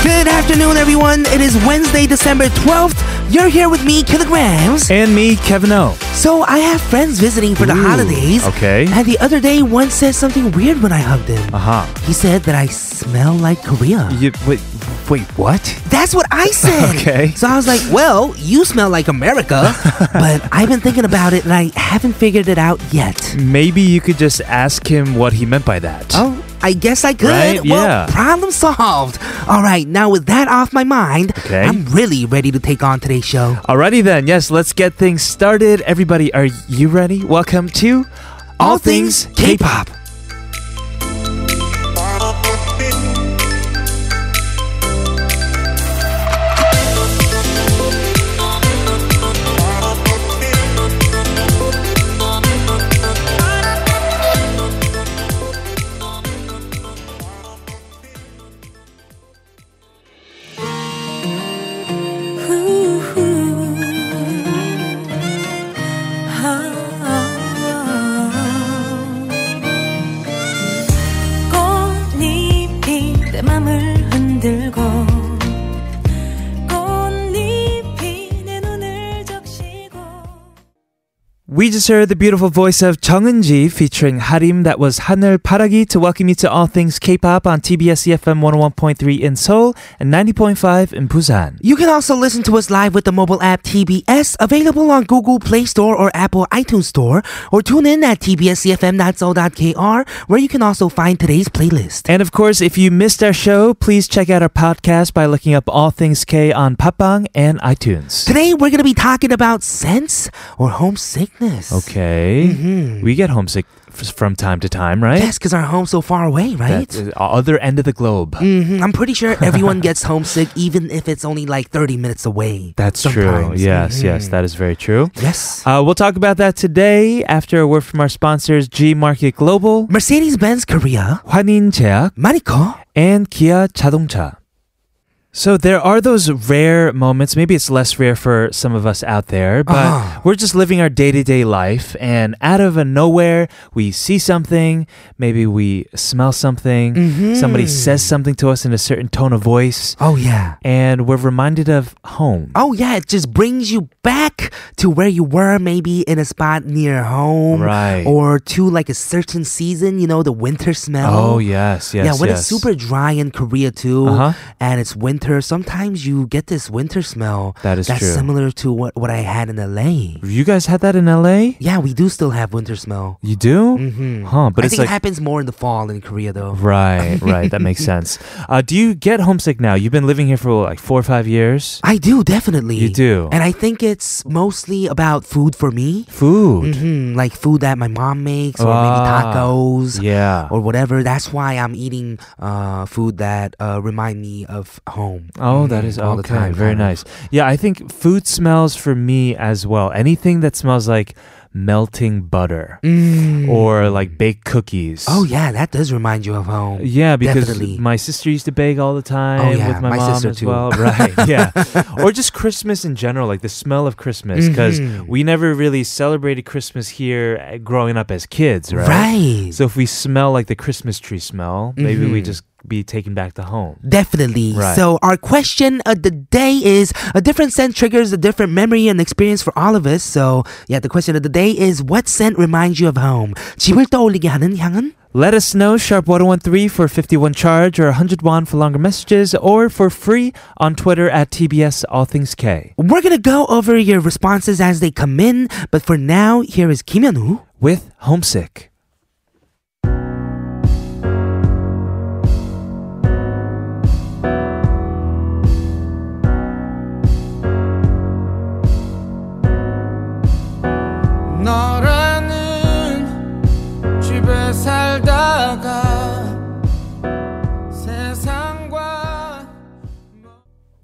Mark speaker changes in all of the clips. Speaker 1: afternoon, everyone. It is Wednesday, December 12th. You're here with me, Kilograms.
Speaker 2: And me, Kevin O.
Speaker 1: So I have friends visiting for the
Speaker 2: Ooh,
Speaker 1: holidays.
Speaker 2: okay.
Speaker 1: And the other day, one said something weird when I hugged him.
Speaker 2: Uh-huh.
Speaker 1: He said that I smell like Korea.
Speaker 2: You, wait, wait, what?
Speaker 1: That's what I said.
Speaker 2: Okay.
Speaker 1: So I was like, well, you smell like America, but I've been thinking about it and I haven't figured it out yet.
Speaker 2: Maybe you could just ask him what he meant by that.
Speaker 1: Oh, I guess I could.
Speaker 2: Right?
Speaker 1: Well,
Speaker 2: Yeah.
Speaker 1: problem solved. All right, now with that off my mind,
Speaker 2: Okay.
Speaker 1: I'm really ready to take on today's show.
Speaker 2: Alrighty then, yes, let's get things started. Everybody, are you ready? Welcome to
Speaker 1: All Things K-Pop.
Speaker 3: 꽃잎이 내 맘을 흔들고 꽃잎이 내 눈을 적시고
Speaker 2: We just heard the beautiful voice of Chung Eun-ji featuring Harim. That was Hanul Paragi to welcome you to All Things K-Pop on TBS EFM 101.3 in Seoul and 90.5 in Busan.
Speaker 1: You can also listen to us live with the mobile app TBS, available on Google Play Store or Apple iTunes Store, or tune in at tbscfm.so.kr, where you can also find today's playlist.
Speaker 2: And of course, if you missed our show, please check out our podcast by looking up All Things K on Papang and iTunes.
Speaker 1: Today, we're going to be talking about sense or homesickness. Hmm.
Speaker 2: Okay.
Speaker 1: Mm-hmm.
Speaker 2: We get homesick f- from time to time, right?
Speaker 1: Yes, because our home's so far away, right?
Speaker 2: That's the other end of the globe.
Speaker 1: hmm I'm pretty sure everyone gets homesick, even if it's only like 30 minutes away.
Speaker 2: That's true.
Speaker 1: sometimes. Mm-hmm.
Speaker 2: Yes, yes, that is very true.
Speaker 1: Yes.
Speaker 2: Uh, we'll talk about that today after a word from our sponsors, G Market Global,
Speaker 1: Mercedes Benz Korea,
Speaker 2: Hwanin Jeak,
Speaker 1: Mariko.
Speaker 2: and Kia 자동차. So there are those rare moments, maybe it's less rare for some of us out there, but
Speaker 1: Uh-huh.
Speaker 2: we're just living our day-to-day life and out of a nowhere we see something, maybe we smell something,
Speaker 1: Mm-hmm.
Speaker 2: somebody says something to us in a certain tone of voice
Speaker 1: Oh, yeah.
Speaker 2: and we're reminded of home.
Speaker 1: Oh, yeah, it just brings you back to where you were, maybe in a spot near home.
Speaker 2: Right.
Speaker 1: Or to like a certain season, you know, the winter smell.
Speaker 2: Oh, yes, yes.
Speaker 1: yeah, when
Speaker 2: yes.
Speaker 1: it's super dry in Korea too,
Speaker 2: Uh-huh.
Speaker 1: and it's winter, sometimes you get this winter smell.
Speaker 2: That is
Speaker 1: that's
Speaker 2: true.
Speaker 1: similar to what, what I had in LA.
Speaker 2: You guys had that in LA?
Speaker 1: Yeah, we do still have winter smell.
Speaker 2: You do?
Speaker 1: Mm-hmm.
Speaker 2: Huh,
Speaker 1: I
Speaker 2: but it's
Speaker 1: think it
Speaker 2: like
Speaker 1: happens more in the fall in Korea though.
Speaker 2: Right, right. That makes sense. Uh, do you get homesick now? You've been living here for like four or five years.
Speaker 1: I do definitely.
Speaker 2: You do.
Speaker 1: and I think it's mostly about food for me.
Speaker 2: Food.
Speaker 1: hmm like food that my mom makes, or maybe
Speaker 2: Ah,
Speaker 1: tacos, Mm.
Speaker 2: Yeah.
Speaker 1: or whatever. That's why I'm eating uh, food that uh, remind me of home.
Speaker 2: Oh, that is
Speaker 1: Mhm, all the time,
Speaker 2: okay. Very
Speaker 1: kind of.
Speaker 2: nice. Yeah, I think food smells for me as well. Anything that smells like melting butter
Speaker 1: Mm.
Speaker 2: or like baked cookies.
Speaker 1: Oh yeah, that does remind you of home.
Speaker 2: Yeah, because
Speaker 1: Definitely. Oh,
Speaker 2: my sister used to bake all the time
Speaker 1: yeah,
Speaker 2: with my,
Speaker 1: my
Speaker 2: mom
Speaker 1: sister
Speaker 2: as
Speaker 1: too.
Speaker 2: well. Right. Yeah. or just Christmas in general, like the smell of Christmas because
Speaker 1: Mhm.
Speaker 2: we never really celebrated Christmas here uh, growing up as kids, right?
Speaker 1: right.
Speaker 2: So if we smell like the Christmas tree smell, maybe we
Speaker 1: Mm-hmm.
Speaker 2: just be taken back to home.
Speaker 1: Definitely.
Speaker 2: Right.
Speaker 1: So our question of the day is a different scent triggers a different memory and experience for all of us. So yeah, the question of the day is what scent reminds you of home? 집을 떠올리게 하는 향은?
Speaker 2: Let us know sharp 1013 for 51 charge or 100 won for longer messages or for free on Twitter at TBS All Things K
Speaker 1: We're gonna go over your responses as they come in, but for now, here is Kim Hyun-woo.
Speaker 2: with Homesick.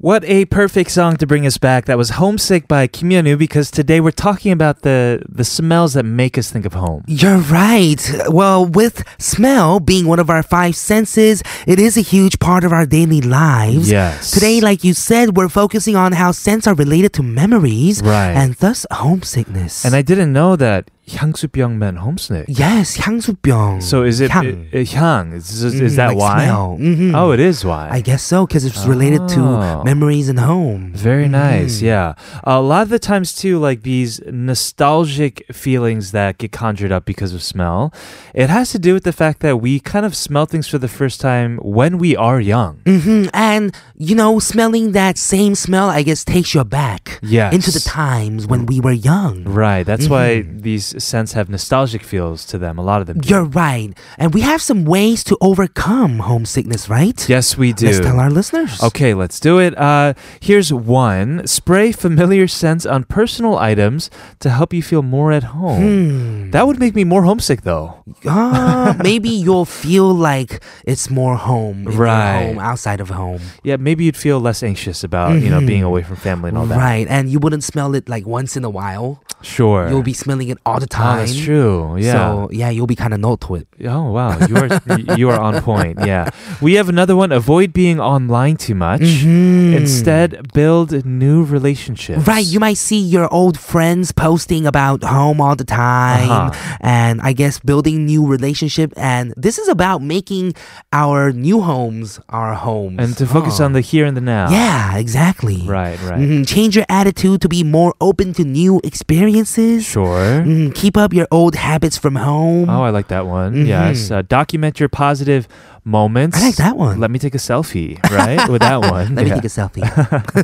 Speaker 2: What a perfect song to bring us back. That was Homesick by Kim Yeonu because today we're talking about the the smells that make us think of home.
Speaker 1: You're right. Well, with smell being one of our five senses, it is a huge part of our daily lives.
Speaker 2: Yes.
Speaker 1: Today, like you said, we're focusing on how scents are related to memories
Speaker 2: Right.
Speaker 1: and thus homesickness.
Speaker 2: And I didn't know that 향수병면 home snake.
Speaker 1: Yes, 향수병.
Speaker 2: So is it
Speaker 1: 향.
Speaker 2: uh, 향? Is, is,
Speaker 1: Mm,
Speaker 2: is that
Speaker 1: like
Speaker 2: why?
Speaker 1: smell. Mhm.
Speaker 2: Oh, it is why.
Speaker 1: I guess so, because it's related to
Speaker 2: Oh.
Speaker 1: memories and home.
Speaker 2: Very nice,
Speaker 1: Mhm.
Speaker 2: yeah. A lot of the times too, like these nostalgic feelings that get conjured up because of smell, it has to do with the fact that we kind of smell things for the first time when we are young.
Speaker 1: hmm And you know, smelling that same smell, I guess, takes you back
Speaker 2: Yes.
Speaker 1: into the times when we were young.
Speaker 2: Right. That's why these scents have nostalgic feels to them. A lot of them. do.
Speaker 1: You're right, and we have some ways to overcome homesickness, right?
Speaker 2: Yes, we do.
Speaker 1: Let's tell our listeners.
Speaker 2: Okay, let's do it. Uh, here's one spray familiar scents on personal items to help you feel more at home.
Speaker 1: Hmm.
Speaker 2: That would make me more homesick, though.
Speaker 1: Ah, maybe you'll feel like it's more home, if you're
Speaker 2: Right.
Speaker 1: Home outside of home,
Speaker 2: Yeah, maybe you'd feel less anxious about you know
Speaker 1: Mhm.
Speaker 2: being away from family and all that.
Speaker 1: right? And you wouldn't smell it like once in a while.
Speaker 2: Sure.
Speaker 1: You'll be smelling it all the
Speaker 2: Oh,
Speaker 1: time.
Speaker 2: that's true. Yeah.
Speaker 1: So yeah, you'll be kind of null to it.
Speaker 2: Oh wow, you are y- you are on point. Yeah. We have another one. Avoid being online too much. Mm-hmm.
Speaker 1: Mhm.
Speaker 2: Instead, build new relationships.
Speaker 1: Right, you might see your old friends posting about home all the time
Speaker 2: Uh-huh.
Speaker 1: and I guess building new relationship and this is about making our new homes our homes. Oh.
Speaker 2: and to focus on the here and the now.
Speaker 1: Yeah, exactly.
Speaker 2: Right. Right.
Speaker 1: Mhm, Change your attitude to be more open to new experiences.
Speaker 2: Sure.
Speaker 1: Mhm, keep up your old habits from home.
Speaker 2: Oh, I like that one. Yes. Uh, document your positive moments.
Speaker 1: Mm-hmm. I like that one.
Speaker 2: Let me take a selfie, right? With that one.
Speaker 1: Let me
Speaker 2: Yeah.
Speaker 1: take a selfie.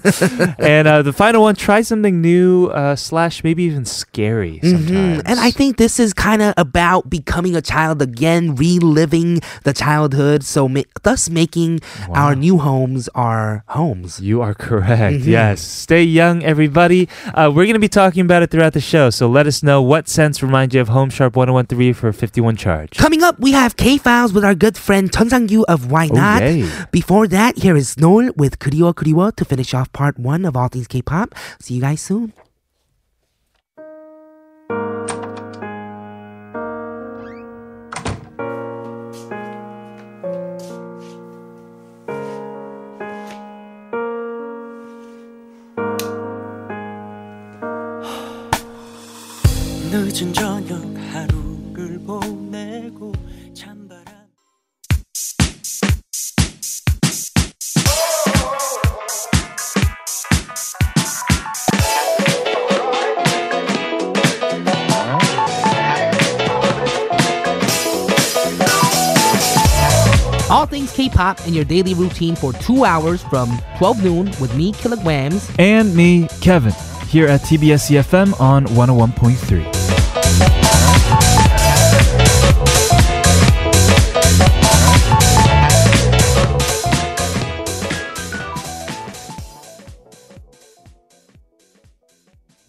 Speaker 2: and uh, the final one, try something new uh, slash maybe even scary sometimes.
Speaker 1: Mhm. And I think this is kind of about becoming a child again, reliving the childhood, so ma- thus making our new homes our homes.
Speaker 2: you are correct.
Speaker 1: Mm-hmm.
Speaker 2: Yes. Stay young, everybody. Uh, we're going to be talking about it throughout the show. So let us know what sense remind you of Home Sharp 1013 for 51 charge.
Speaker 1: Coming up, we have K Files with our good friend Chun Sang Yu of Why
Speaker 2: Oh,
Speaker 1: Not.
Speaker 2: yay.
Speaker 1: Before that, here is Noel with Kuriwa Kuriwa to finish off part one of All Things K-pop. See you guys soon.
Speaker 4: 늦은 저녁 하루를 보내고 찬바람
Speaker 1: All Things K-pop in your daily routine for two hours from 12 noon with me, Kilograms.
Speaker 2: And me, Kevin, here at TBS EFM E on 101.3.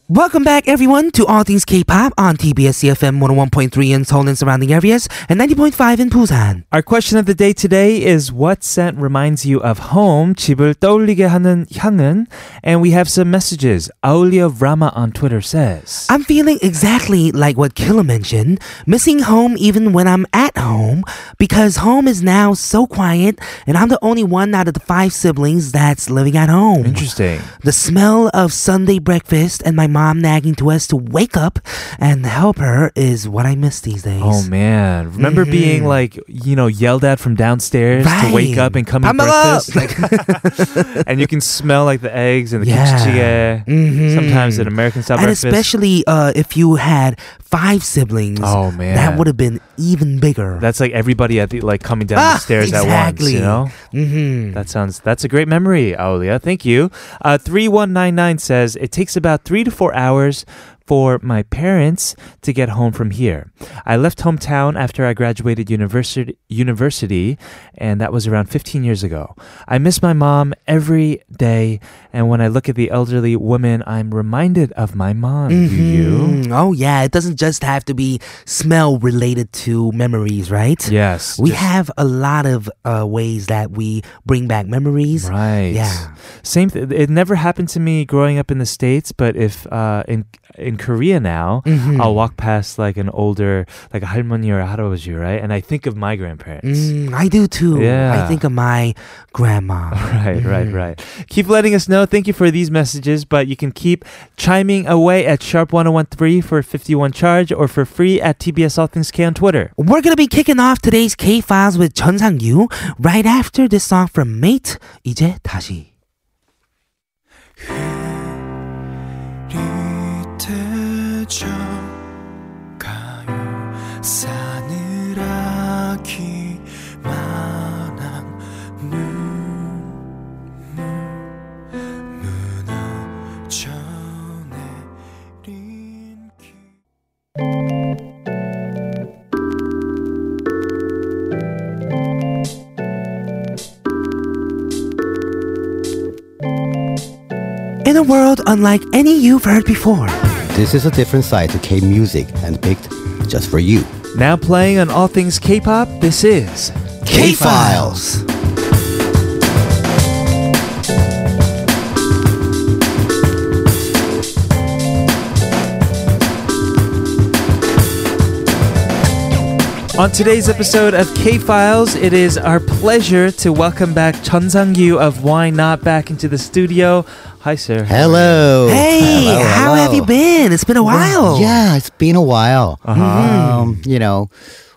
Speaker 1: Welcome back, everyone, to All Things K-pop on TBS CFM 101.3 in Seoul and surrounding areas and 90.5 in Busan.
Speaker 2: Our question of the day today is what scent reminds you of home? 집을 떠올리게 하는 향은? And we have some messages. Aulia Rama on Twitter says,
Speaker 1: I'm feeling exactly like what Killer mentioned, missing home even when I'm at home, because home is now so quiet, and I'm the only one out of the five siblings that's living at home.
Speaker 2: Interesting.
Speaker 1: The smell of Sunday breakfast and my mom nagging to us to wake up and help her is what I miss these days.
Speaker 2: Oh man. Remember being like, you know, yelled at from downstairs to wake
Speaker 1: Mm-hmm. Right.
Speaker 2: up and come to
Speaker 1: 밥 먹어!
Speaker 2: breakfast? and you can smell like the eggs and the
Speaker 1: Yeah.
Speaker 2: kimchi
Speaker 1: Mhm.
Speaker 2: Sometimes an American style
Speaker 1: and
Speaker 2: breakfast.
Speaker 1: especially uh, if you had five siblings,
Speaker 2: Oh, man.
Speaker 1: that would have been even bigger.
Speaker 2: that's like everybody at the like coming down
Speaker 1: Ah,
Speaker 2: the stairs at once,
Speaker 1: exactly.
Speaker 2: you know?
Speaker 1: mm-hmm.
Speaker 2: That sounds that's a great memory, Aulia. Thank you. Uh, three one nine nine says it takes about three to four hours for my parents to get home from here. I left hometown after I graduated university university, and that was around fifteen years ago. I miss my mom every day, and when I look at the elderly woman, I'm reminded of my mom. Do you?
Speaker 1: Mhm. Oh yeah, it doesn't just have to be smell related to memories, right?
Speaker 2: Yes.
Speaker 1: We
Speaker 2: just-
Speaker 1: have a lot of uh, ways that we bring back memories.
Speaker 2: Right. Oh,
Speaker 1: Yeah.
Speaker 2: Same. Th- it never happened to me growing up in the states, but if uh, in in in Korea now,
Speaker 1: Mm-hmm.
Speaker 2: I'll
Speaker 1: Hmm.
Speaker 2: walk past like an older, like a 할머니 or a 할아버지, right? And I think of my grandparents.
Speaker 1: Mm, I do too.
Speaker 2: Yeah.
Speaker 1: I think of my grandma.
Speaker 2: Right, right, right. Keep letting us know. Thank you for these messages, but you can keep chiming away at sharp1013 for 51 charge or for free at TBS All Things K on Twitter.
Speaker 1: We're gonna be kicking off today's K Files with Chun Sang Yu right after this song from Mate. 이제 다시.
Speaker 4: 흐릿해져 가요 사늘하기만한 눈물 무너져 내린 길
Speaker 1: In a world unlike any you've heard before.
Speaker 5: This is a different side to K music and picked just for you.
Speaker 2: Now playing on All Things K-pop, this is
Speaker 5: K Files!
Speaker 2: On today's episode of K Files, it is our pleasure to welcome back Chun Sang Yu of Why Not back into the studio. Hi, sir.
Speaker 5: Hello!
Speaker 1: Hey,
Speaker 5: Hello,
Speaker 1: how have
Speaker 5: hello.
Speaker 1: you been? Uh-huh. It's been a while.
Speaker 5: Yeah, it's been a while. Um, you know,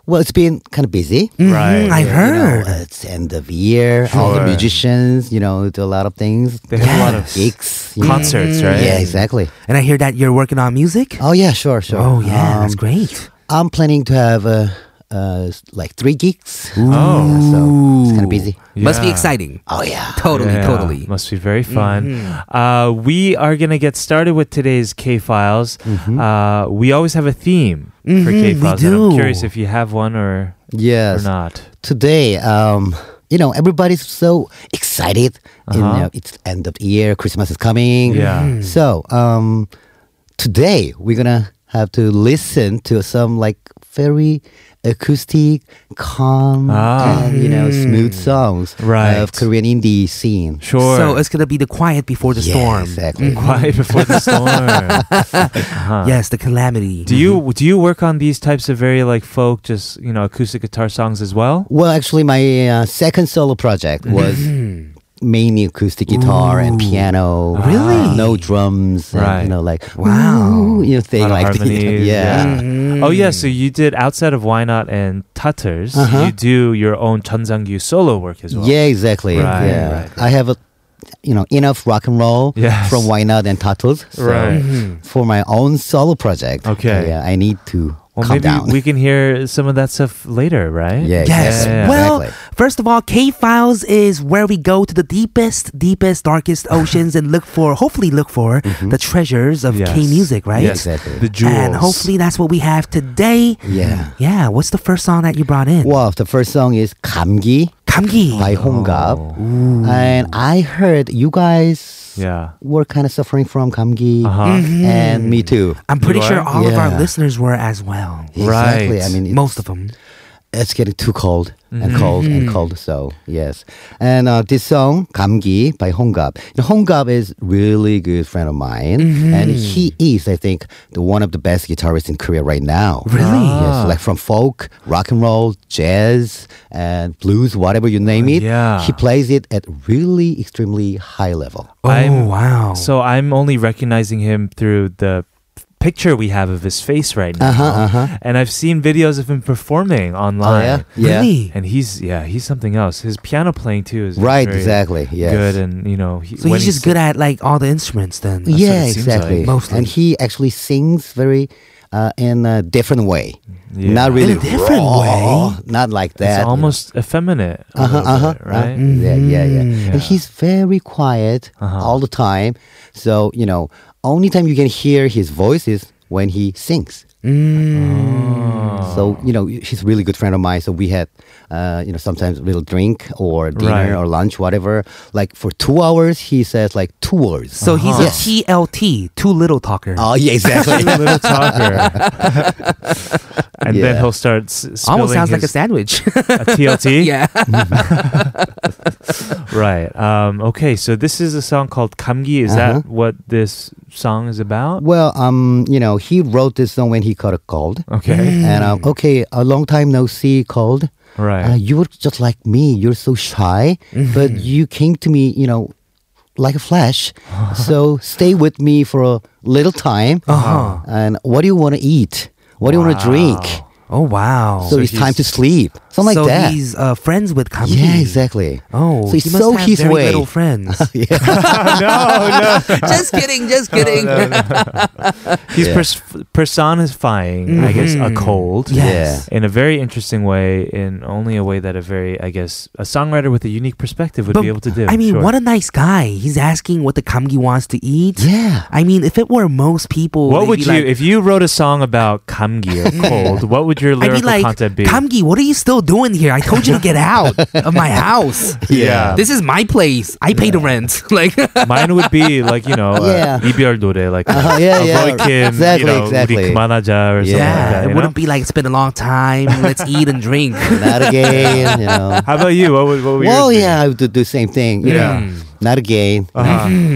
Speaker 5: well, it's been kind of busy.
Speaker 1: Mhm, I
Speaker 5: You know,
Speaker 1: heard.
Speaker 5: it's end of year. All
Speaker 2: Sure.
Speaker 5: the musicians, you know, do a lot of things.
Speaker 2: They have a lot of
Speaker 5: gigs, you know.
Speaker 2: concerts, right?
Speaker 5: Yeah, exactly.
Speaker 1: And I hear that you're working on music.
Speaker 5: Oh yeah, sure, sure.
Speaker 1: Oh yeah,
Speaker 5: Um,
Speaker 1: that's great.
Speaker 5: I'm planning to have uh, uh, like three gigs.
Speaker 2: Oh.
Speaker 5: Yeah, so it's kind of busy.
Speaker 1: Must be
Speaker 2: Yeah.
Speaker 1: exciting.
Speaker 5: Oh yeah.
Speaker 1: Totally,
Speaker 2: Yeah,
Speaker 1: totally.
Speaker 2: Must be very fun. Uh, we are going to get started with today's K Files. Uh, we always have a theme for
Speaker 1: Mhm,
Speaker 2: K
Speaker 1: we
Speaker 2: Files. and I'm
Speaker 1: do.
Speaker 2: curious if you have one or, or
Speaker 5: Yes.
Speaker 2: not.
Speaker 5: today um you know everybody's so excited you
Speaker 2: Uh-huh.
Speaker 5: know it's end of year christmas is coming
Speaker 2: Yeah.
Speaker 1: Hmm.
Speaker 2: Mhm.
Speaker 5: so um today we're gonna have to listen to some like very acoustic calm
Speaker 2: Ah.
Speaker 5: and you know smooth
Speaker 1: Hmm.
Speaker 5: songs
Speaker 2: Right.
Speaker 5: of korean indie scene
Speaker 2: Sure.
Speaker 1: So it's gonna be the quiet before the
Speaker 5: Yeah,
Speaker 1: storm.
Speaker 5: exactly
Speaker 2: quiet before the storm.
Speaker 1: Yes, the calamity.
Speaker 2: do you do you work on these types of very like folk, just you know, acoustic guitar songs as well?
Speaker 5: well actually my uh, second solo project was
Speaker 2: Mm-hmm.
Speaker 5: mainly acoustic guitar and piano. Uh,
Speaker 1: Really?
Speaker 5: No drums. and,
Speaker 2: Right.
Speaker 5: you know, like
Speaker 1: Wow.
Speaker 5: "Ooh," You know, thing
Speaker 2: lot of
Speaker 5: like that.
Speaker 2: harmonies,
Speaker 5: yeah.
Speaker 2: Oh yeah, so you did outside of Why Not and Tatters, you
Speaker 5: Uh-huh.
Speaker 2: do your own Chunzangyu solo work as well.
Speaker 5: Yeah, exactly.
Speaker 2: Right,
Speaker 5: yeah.
Speaker 2: right,
Speaker 5: I have a you know enough rock and roll
Speaker 2: Yes.
Speaker 5: from Why Not and Tattoos. So
Speaker 2: Right.
Speaker 5: For my own solo project.
Speaker 2: Okay.
Speaker 5: Yeah, I need to
Speaker 2: Well,
Speaker 5: calm
Speaker 2: maybe
Speaker 5: down.
Speaker 2: we can hear some of that stuff later, right?
Speaker 5: yeah.
Speaker 1: Yes.
Speaker 5: Exactly.
Speaker 2: Yeah.
Speaker 1: Well,
Speaker 5: Exactly.
Speaker 1: first of all, K Files is where we go to the deepest, deepest, darkest oceans and look for, hopefully, look for the treasures of
Speaker 2: Yes.
Speaker 1: K music, right?
Speaker 5: Mm-hmm. Yes. Exactly.
Speaker 2: The jewels.
Speaker 1: And hopefully, that's what we have today.
Speaker 5: Yeah.
Speaker 1: Yeah. What's the first song that you brought in?
Speaker 5: Well, the first song is "감기"
Speaker 1: 감기.
Speaker 5: by Hongap,
Speaker 2: Oh.
Speaker 5: and I heard you guys
Speaker 2: Yeah.
Speaker 5: were kind of suffering from 감기,
Speaker 2: Uh-huh.
Speaker 5: and me too.
Speaker 1: I'm pretty
Speaker 2: You
Speaker 1: sure
Speaker 2: are?
Speaker 1: all of our
Speaker 5: Yeah.
Speaker 1: listeners were as well.
Speaker 5: Exactly.
Speaker 2: Right.
Speaker 5: I mean, it's,
Speaker 1: Most of them.
Speaker 5: it's getting too cold and cold and cold. So yes, and uh, this song "감기" by Honggap. Honggap is really good friend of mine, and he is, I think, the one of the best guitarists in Korea right now. Really?
Speaker 2: Ah.
Speaker 5: Yes, like from folk, rock and roll, jazz, and blues, whatever you name it.
Speaker 2: Uh, yeah.
Speaker 5: he plays it at really extremely high level.
Speaker 1: Oh,
Speaker 2: I'm-
Speaker 1: wow.
Speaker 2: So I'm only recognizing him through the picture we have of his face right now.
Speaker 5: Uh-huh, uh-huh.
Speaker 2: And I've seen videos of him performing
Speaker 5: Oh
Speaker 2: online.
Speaker 5: yeah, yeah.
Speaker 1: really?
Speaker 2: And he's yeah, he's something else. His piano playing too is
Speaker 5: Right,
Speaker 2: very
Speaker 5: exactly. Yes.
Speaker 2: good and you know he,
Speaker 1: So
Speaker 2: when
Speaker 1: he's just good at like all the instruments then.
Speaker 2: what
Speaker 5: yeah,
Speaker 2: it seems like.
Speaker 5: exactly.
Speaker 1: Mostly.
Speaker 5: And he actually sings very uh, in a different way.
Speaker 2: Yeah.
Speaker 5: Not really
Speaker 1: In a different
Speaker 5: raw,
Speaker 1: way?
Speaker 5: Not like
Speaker 2: It's
Speaker 5: that.
Speaker 2: almost effeminate.
Speaker 1: Uh-huh,
Speaker 2: a
Speaker 5: Uh huh.
Speaker 2: little
Speaker 5: Uh huh.
Speaker 2: bit, right?
Speaker 1: Mm-hmm.
Speaker 5: Yeah, yeah, yeah.
Speaker 2: Mm-hmm. Yeah. Uh-huh.
Speaker 5: And he's very quiet all the time. So you know, only time you can hear his voice is when he sings.
Speaker 1: Mm,
Speaker 2: Mm.
Speaker 5: So you know, he's a really good friend of mine. So we had, uh, you know, sometimes a little drink or dinner
Speaker 2: Right.
Speaker 5: or lunch, whatever. Like for two hours, he says like two words.
Speaker 1: So he's a
Speaker 5: Uh-huh. Yes. Uh,
Speaker 1: TLT, too little talker.
Speaker 5: Oh yeah, exactly.
Speaker 2: Little talker. and then
Speaker 5: Yeah.
Speaker 2: he'll start s- spilling
Speaker 1: Almost sounds like a
Speaker 2: his-
Speaker 1: sandwich.
Speaker 2: a TLT.
Speaker 1: yeah.
Speaker 2: Right. Um, okay. So this is a song called Kamgi. Is
Speaker 1: Uh-huh.
Speaker 2: that what this song is about?
Speaker 5: Well, um, you know, he wrote this song when he got a cold.
Speaker 2: Okay.
Speaker 5: And um, okay, a long time no see, cold. Uh,
Speaker 2: Right.
Speaker 5: you were just like me. You're so shy,
Speaker 1: Mm-hmm.
Speaker 5: but you came to me, you know, like a flash. so stay with me for a little time.
Speaker 1: Uh-huh.
Speaker 5: And what do you want to eat? What do you want to drink?
Speaker 1: Oh wow.
Speaker 5: So, it's time to sleep. Something
Speaker 1: so
Speaker 5: like that.
Speaker 1: he's uh, friends with Kamgi.
Speaker 5: yeah, exactly.
Speaker 1: Oh,
Speaker 5: so he
Speaker 1: he must
Speaker 5: so
Speaker 1: have
Speaker 5: his
Speaker 1: very
Speaker 5: way.
Speaker 1: little
Speaker 5: Oh,
Speaker 1: friends. just kidding,
Speaker 2: Oh,
Speaker 1: just kidding.
Speaker 2: He's
Speaker 5: Yeah.
Speaker 2: pers- personifying, I guess,
Speaker 1: Mm-hmm.
Speaker 2: a cold.
Speaker 1: Yes.
Speaker 2: In a very interesting way, in only a way that a very, I guess, a songwriter with a unique perspective would
Speaker 1: But,
Speaker 2: be able to do.
Speaker 1: I mean,
Speaker 2: Sure.
Speaker 1: what a nice guy. He's asking what the Kamgi wants to eat.
Speaker 5: Yeah.
Speaker 1: I mean, if it were most people,
Speaker 2: What
Speaker 1: they'd
Speaker 2: would
Speaker 1: be
Speaker 2: you,
Speaker 1: like-
Speaker 2: if you wrote a song about kamgi or cold, what would your
Speaker 1: I'd
Speaker 2: lyrical
Speaker 1: be like,
Speaker 2: content be?
Speaker 1: Kamgi, what are you still doing here? I told you to get out of my house.
Speaker 2: yeah.
Speaker 1: This is my place. I pay the rent. Like,
Speaker 2: Mine would be like, you know, uh,
Speaker 5: Yeah.
Speaker 2: 이별 노래, like
Speaker 5: Uh-huh, yeah, yeah.
Speaker 2: avoid him, you
Speaker 5: Exactly,
Speaker 2: know, 우리
Speaker 5: exactly.
Speaker 2: 그만하자 or something like
Speaker 1: yeah,
Speaker 2: that.
Speaker 1: it
Speaker 2: you know?
Speaker 1: wouldn't be like it's been a long time. Let's eat and drink.
Speaker 5: Not again, you know.
Speaker 2: How about you? What would, what would
Speaker 5: Well,
Speaker 2: yours be?
Speaker 5: yeah, I would do the same thing. You
Speaker 2: Yeah.
Speaker 5: know, not again.
Speaker 2: Uh-huh.
Speaker 1: Mm-hmm.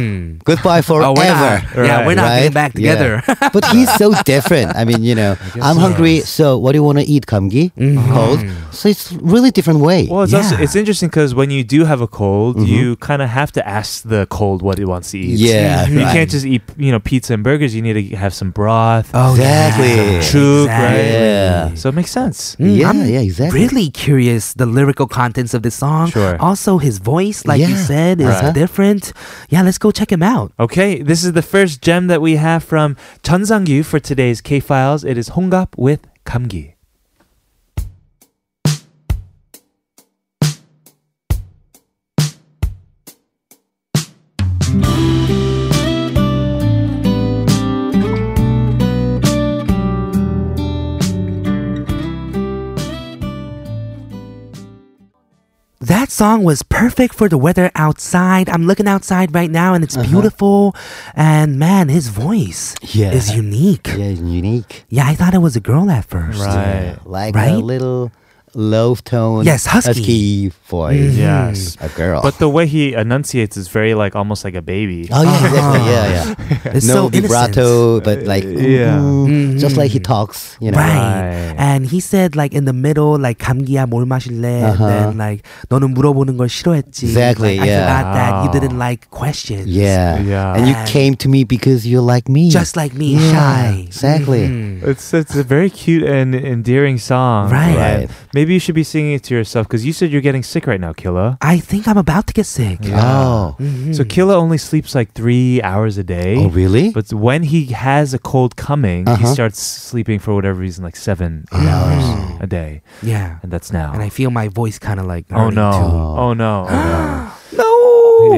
Speaker 5: Goodbye
Speaker 1: Mm.
Speaker 5: forever.
Speaker 1: Oh, we're not, yeah, we're not
Speaker 5: Right?
Speaker 1: getting back
Speaker 5: Yeah.
Speaker 1: together.
Speaker 5: but he's so different. I mean, you know, I'm hungry. So, what do you want to eat? Kamgi,
Speaker 1: Mm-hmm.
Speaker 5: cold. So it's really different way.
Speaker 2: Well, it's also
Speaker 1: Yeah.
Speaker 2: it's interesting because when you do have a cold,
Speaker 5: Mm-hmm.
Speaker 2: you kind of have to ask the cold what it wants to eat.
Speaker 5: Yeah,
Speaker 1: Mm-hmm.
Speaker 2: you
Speaker 5: right.
Speaker 2: can't just eat you know pizza and burgers. You need to have some broth,
Speaker 1: Oh,
Speaker 5: Exactly.
Speaker 1: Yeah.
Speaker 2: chuk,
Speaker 1: exactly.
Speaker 5: Yeah.
Speaker 2: right? So it makes sense.
Speaker 1: Mm,
Speaker 5: Yeah,
Speaker 1: I'm
Speaker 5: yeah, exactly.
Speaker 1: Really curious the lyrical contents of this song.
Speaker 2: Sure.
Speaker 1: Also, his voice, like you
Speaker 5: Yeah.
Speaker 1: said, is
Speaker 5: Uh-huh.
Speaker 1: different. Yeah, let's go check him out.
Speaker 2: Okay, this is the first gem that we have from Chun Sang-gyu for today's K Files. It is Hongap with Kamgi.
Speaker 1: That song was perfect for the weather outside. I'm looking outside right now and it's
Speaker 5: Uh-huh.
Speaker 1: beautiful. And man, his voice
Speaker 5: Yeah.
Speaker 1: is unique. Yeah.
Speaker 5: Yeah, it's unique.
Speaker 1: I thought it was a girl at first.
Speaker 2: Right.
Speaker 5: Like a
Speaker 1: Uh, Right?
Speaker 5: little low tone.
Speaker 1: Yes, husky. Mm-hmm.
Speaker 5: voice.
Speaker 2: Yes.
Speaker 5: A girl.
Speaker 2: But the way he enunciates is very like almost like a baby.
Speaker 5: oh yeah, exactly. Yeah, yeah.
Speaker 1: Uh-huh. It's
Speaker 5: no
Speaker 1: so innocent. Mm-hmm.
Speaker 5: vibrato, but like
Speaker 2: Yeah.
Speaker 5: mm, just like he talks. You know.
Speaker 1: Right.
Speaker 2: Right.
Speaker 1: And he said like in the middle like 감기야 뭘 마실래? And
Speaker 5: Uh-huh.
Speaker 1: then like 너는 물어보는 걸 싫어했지.
Speaker 5: Exactly,
Speaker 1: Like, I
Speaker 5: yeah.
Speaker 1: forgot that you
Speaker 2: Wow.
Speaker 1: didn't like questions.
Speaker 5: Yeah.
Speaker 2: Yeah.
Speaker 5: And you
Speaker 1: And-
Speaker 5: came to me because you're like me.
Speaker 1: Just like me,
Speaker 5: Yeah,
Speaker 1: shy. Mm-hmm. Hmm.
Speaker 5: Exactly.
Speaker 2: It's it's a very cute and endearing song.
Speaker 1: Right.
Speaker 2: And
Speaker 5: Right.
Speaker 2: Maybe you should be singing it to yourself because you said you're getting sick right now, Killa.
Speaker 1: I think I'm about to get sick.
Speaker 5: Oh.
Speaker 2: So Killa only sleeps like three hours a day.
Speaker 5: Oh really?
Speaker 2: Mm-hmm. But when he has a cold coming, he
Speaker 5: Uh-huh. Oh.
Speaker 2: starts sleeping for whatever reason, like seven, eight hours a day,
Speaker 1: Yeah.
Speaker 2: and that's now.
Speaker 1: And I feel my voice kind of like
Speaker 2: oh
Speaker 1: hurting,
Speaker 2: no!
Speaker 1: too.
Speaker 2: Oh no! Oh,
Speaker 1: No.
Speaker 2: no.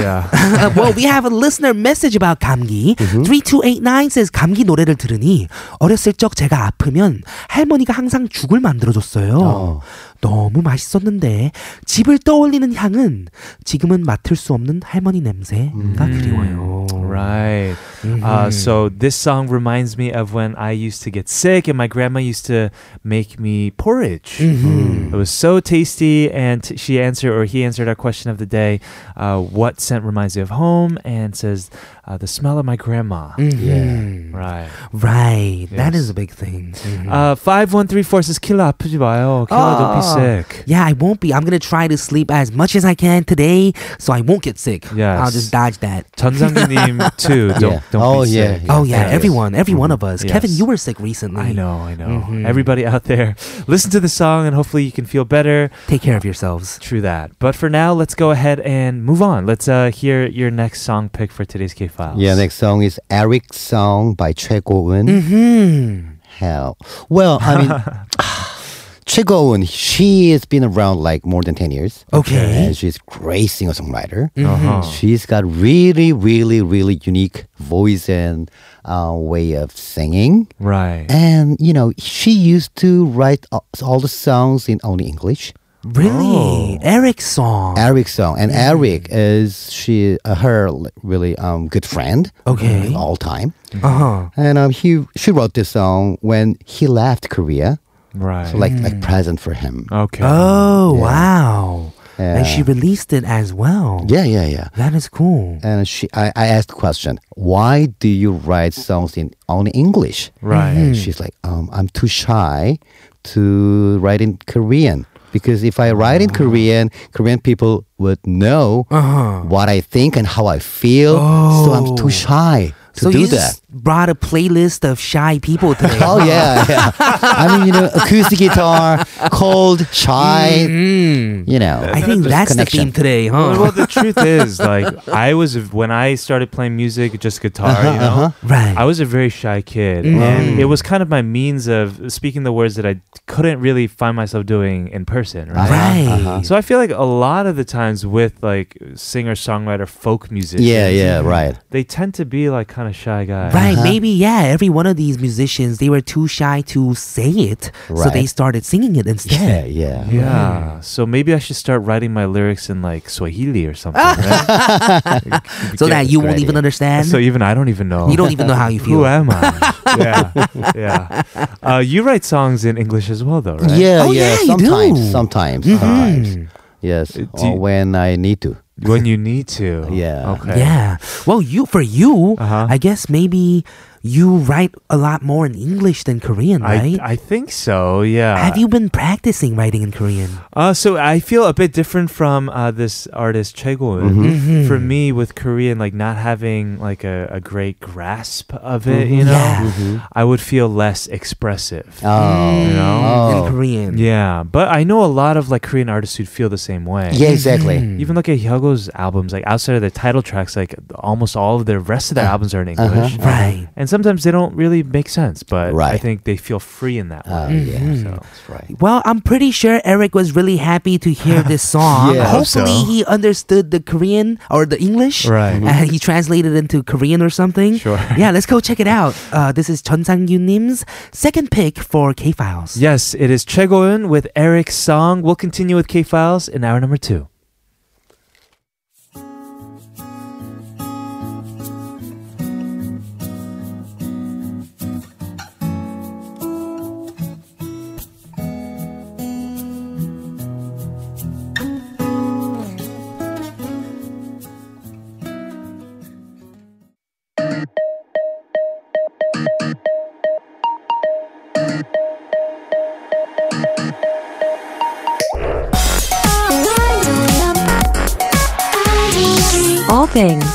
Speaker 2: yeah.
Speaker 1: Uh, well, we have a listener message about 감기.
Speaker 2: Mm-hmm.
Speaker 1: 3289 says 감기 노래를 들으니 어렸을 적 제가 아프면 할머니가 항상 죽을 만들어줬어요.
Speaker 5: 어.
Speaker 1: 너무 맛있었는데 집을 떠올리는 향은 지금은 맡을 수 없는 할머니
Speaker 2: 음.
Speaker 1: 냄새가
Speaker 5: Oh.
Speaker 1: 그리워요.
Speaker 2: Right.
Speaker 5: Mm-hmm.
Speaker 2: Uh, so this song reminds me of when I used to get sick, and my grandma used to make me porridge.
Speaker 5: Mm-hmm.
Speaker 2: It was so tasty, and t- she answered or he answered our question of the day: uh, What scent reminds you of home? And says uh, the smell of my grandma.
Speaker 5: Mm-hmm.
Speaker 1: Mhm.
Speaker 2: mm-hmm. Right.
Speaker 1: Right. That is
Speaker 2: Yes.
Speaker 1: a big thing.
Speaker 5: Mm-hmm.
Speaker 2: Uh, five one three four says Killa 아프지 마요. Killa, don't be
Speaker 5: Ah.
Speaker 2: sick.
Speaker 1: Yeah, I won't be. I'm going to try to sleep as much as I can today so I won't get sick.
Speaker 2: Yes.
Speaker 1: I'll just dodge that.
Speaker 2: 전상님 too. Don't
Speaker 5: Yeah.
Speaker 2: don't
Speaker 5: Oh,
Speaker 2: be
Speaker 5: yeah,
Speaker 2: sick.
Speaker 5: yeah.
Speaker 1: Oh yeah,
Speaker 5: Yes.
Speaker 1: everyone, every one of us.
Speaker 2: Mm-hmm. Yes.
Speaker 1: Kevin, you were sick recently.
Speaker 2: I know, I know. Everybody out there, listen to the song and hopefully you can feel better.
Speaker 1: Take care of yourselves.
Speaker 2: True that. But for now, let's go ahead and move on. Let's uh, hear your next song pick for today's K Files.
Speaker 5: Yeah, next song is Eric's song by Choi Go-eun.
Speaker 1: Mm-hmm. Mm.
Speaker 5: Hell. Well, I mean, Choi Go-eun, she has been around like more than 10 years.
Speaker 1: Okay.
Speaker 5: And she's great singer-songwriter.
Speaker 2: Uh-huh.
Speaker 5: She's got really, really, really unique voice and uh, way of singing.
Speaker 2: Right.
Speaker 5: And, you know, she used to write a- all the songs in only English.
Speaker 1: Really? Eric's song.
Speaker 5: Oh. Eric song, and
Speaker 1: Mm-hmm.
Speaker 5: Eric is she uh, her l- really um good friend.
Speaker 1: Okay.
Speaker 5: uh, all time,
Speaker 1: Uh-huh.
Speaker 5: and um he she wrote this song when he left Korea,
Speaker 2: Right.
Speaker 5: so like
Speaker 1: Mm.
Speaker 5: uh, like present for him.
Speaker 2: okay.
Speaker 1: Oh, wow. And she
Speaker 5: Yeah.
Speaker 1: released it as well.
Speaker 5: Yeah, yeah, yeah.
Speaker 1: That is cool.
Speaker 5: And she, I, I asked the question, why do you write songs in only English?
Speaker 2: Right.
Speaker 1: Hmm.
Speaker 5: And she's like, um, I'm too shy to write in Korean because if I write
Speaker 1: Ah.
Speaker 5: in Korean, Korean people would know
Speaker 1: Uh-huh.
Speaker 5: what I think and how I feel. So I'm too shy to
Speaker 1: Oh. so
Speaker 5: do
Speaker 1: you
Speaker 5: that.
Speaker 1: just brought a playlist of shy people today.
Speaker 5: Oh yeah, yeah. I mean, you know, acoustic guitar, cold, shy. You know,
Speaker 1: Mm-hmm. Hmm. I think that's the theme
Speaker 5: connection.
Speaker 1: today,
Speaker 2: Well,
Speaker 1: huh?
Speaker 2: well, the truth is, like, I was when I started playing music, just guitar,
Speaker 5: Uh-huh,
Speaker 2: you know.
Speaker 1: right.
Speaker 2: I was a very shy kid, and it was kind of my means of speaking the words that I couldn't really find myself doing in person, right?
Speaker 1: right.
Speaker 5: Uh-huh.
Speaker 2: So I feel like a lot of the times with like singer songwriter folk music,
Speaker 5: yeah, yeah, right.
Speaker 2: they tend to be like kind of shy guys,
Speaker 5: Uh-huh.
Speaker 1: Right, maybe yeah. Every one of these musicians, they were too shy to say it, so they
Speaker 5: Right.
Speaker 1: started singing it instead.
Speaker 5: Yeah, yeah.
Speaker 2: Yeah. So maybe I should start writing my lyrics in like Swahili or something, right?
Speaker 1: so that you won't
Speaker 5: great
Speaker 1: even
Speaker 5: idea.
Speaker 1: understand.
Speaker 2: so even I don't even know.
Speaker 1: you don't even know how you
Speaker 2: Who
Speaker 1: feel.
Speaker 2: am I? yeah, yeah. Uh, you write songs in English as well, though, right? Mm-hmm.
Speaker 5: Yeah,
Speaker 1: Oh, yeah,
Speaker 5: yeah,
Speaker 1: you
Speaker 5: Sometimes,
Speaker 1: do.
Speaker 5: sometimes, sometimes. Yes,
Speaker 2: Uh, do
Speaker 5: or
Speaker 2: you-
Speaker 5: when I need to.
Speaker 2: When you need to.
Speaker 5: Yeah.
Speaker 2: Okay.
Speaker 1: Yeah. Well, you for you,
Speaker 2: Uh-huh.
Speaker 1: I guess maybe you write a lot more in English than Korean,
Speaker 2: I, uh,
Speaker 1: right?
Speaker 2: I think so. Yeah.
Speaker 1: Have you been practicing writing in Korean?
Speaker 2: Uh, so I feel a bit different from uh, this artist Choi
Speaker 5: Mm-hmm.
Speaker 2: For me, with Korean, like not having like a, a great grasp of it,
Speaker 5: Mm-hmm.
Speaker 2: you know,
Speaker 1: Yeah.
Speaker 2: I would feel less expressive.
Speaker 5: Oh,
Speaker 2: You know?
Speaker 1: In Korean.
Speaker 2: Yeah, but I know a lot of like Korean artists who feel the same way.
Speaker 5: yeah, exactly.
Speaker 2: Even look at Hyogo's albums, like outside of the title tracks, like almost all of the rest of their
Speaker 5: Uh-huh.
Speaker 2: albums are in English.
Speaker 1: Right.
Speaker 2: And sometimes they don't really make sense, but I
Speaker 5: Right.
Speaker 2: think they feel free in that way.
Speaker 5: Oh, yeah,
Speaker 2: So.
Speaker 5: that's right.
Speaker 1: Well, I'm pretty sure Eric was really happy to hear this song.
Speaker 5: Yeah, I hope
Speaker 1: Hopefully,
Speaker 5: so.
Speaker 1: he understood the Korean or the English.
Speaker 2: Right.
Speaker 1: And he translated into Korean or something.
Speaker 2: Sure.
Speaker 1: Yeah, let's go check it out. Uh, this is Chun Sang Nim's second pick for K Files.
Speaker 2: Yes, it is Choi Go-eun with Eric's song. We'll continue with K Files in hour number two.
Speaker 6: All things.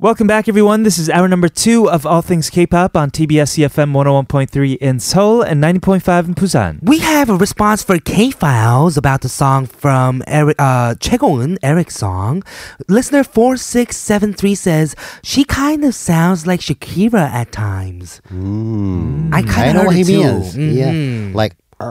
Speaker 2: Welcome back, everyone. This is hour number two of All Things K-pop on TBS EFM 101.3 in Seoul and 90.5 in Busan.
Speaker 1: We have a response for K Files about the song from Eric, uh, Chegon, Eric's song. Listener 4673 says, She kind of sounds like Shakira at times. I
Speaker 5: Hmm. Mm, I
Speaker 1: kind
Speaker 5: know
Speaker 1: of
Speaker 5: what
Speaker 1: heard
Speaker 5: he
Speaker 1: it too.
Speaker 5: means. Yeah,
Speaker 1: Mhm.
Speaker 5: like
Speaker 1: Yeah.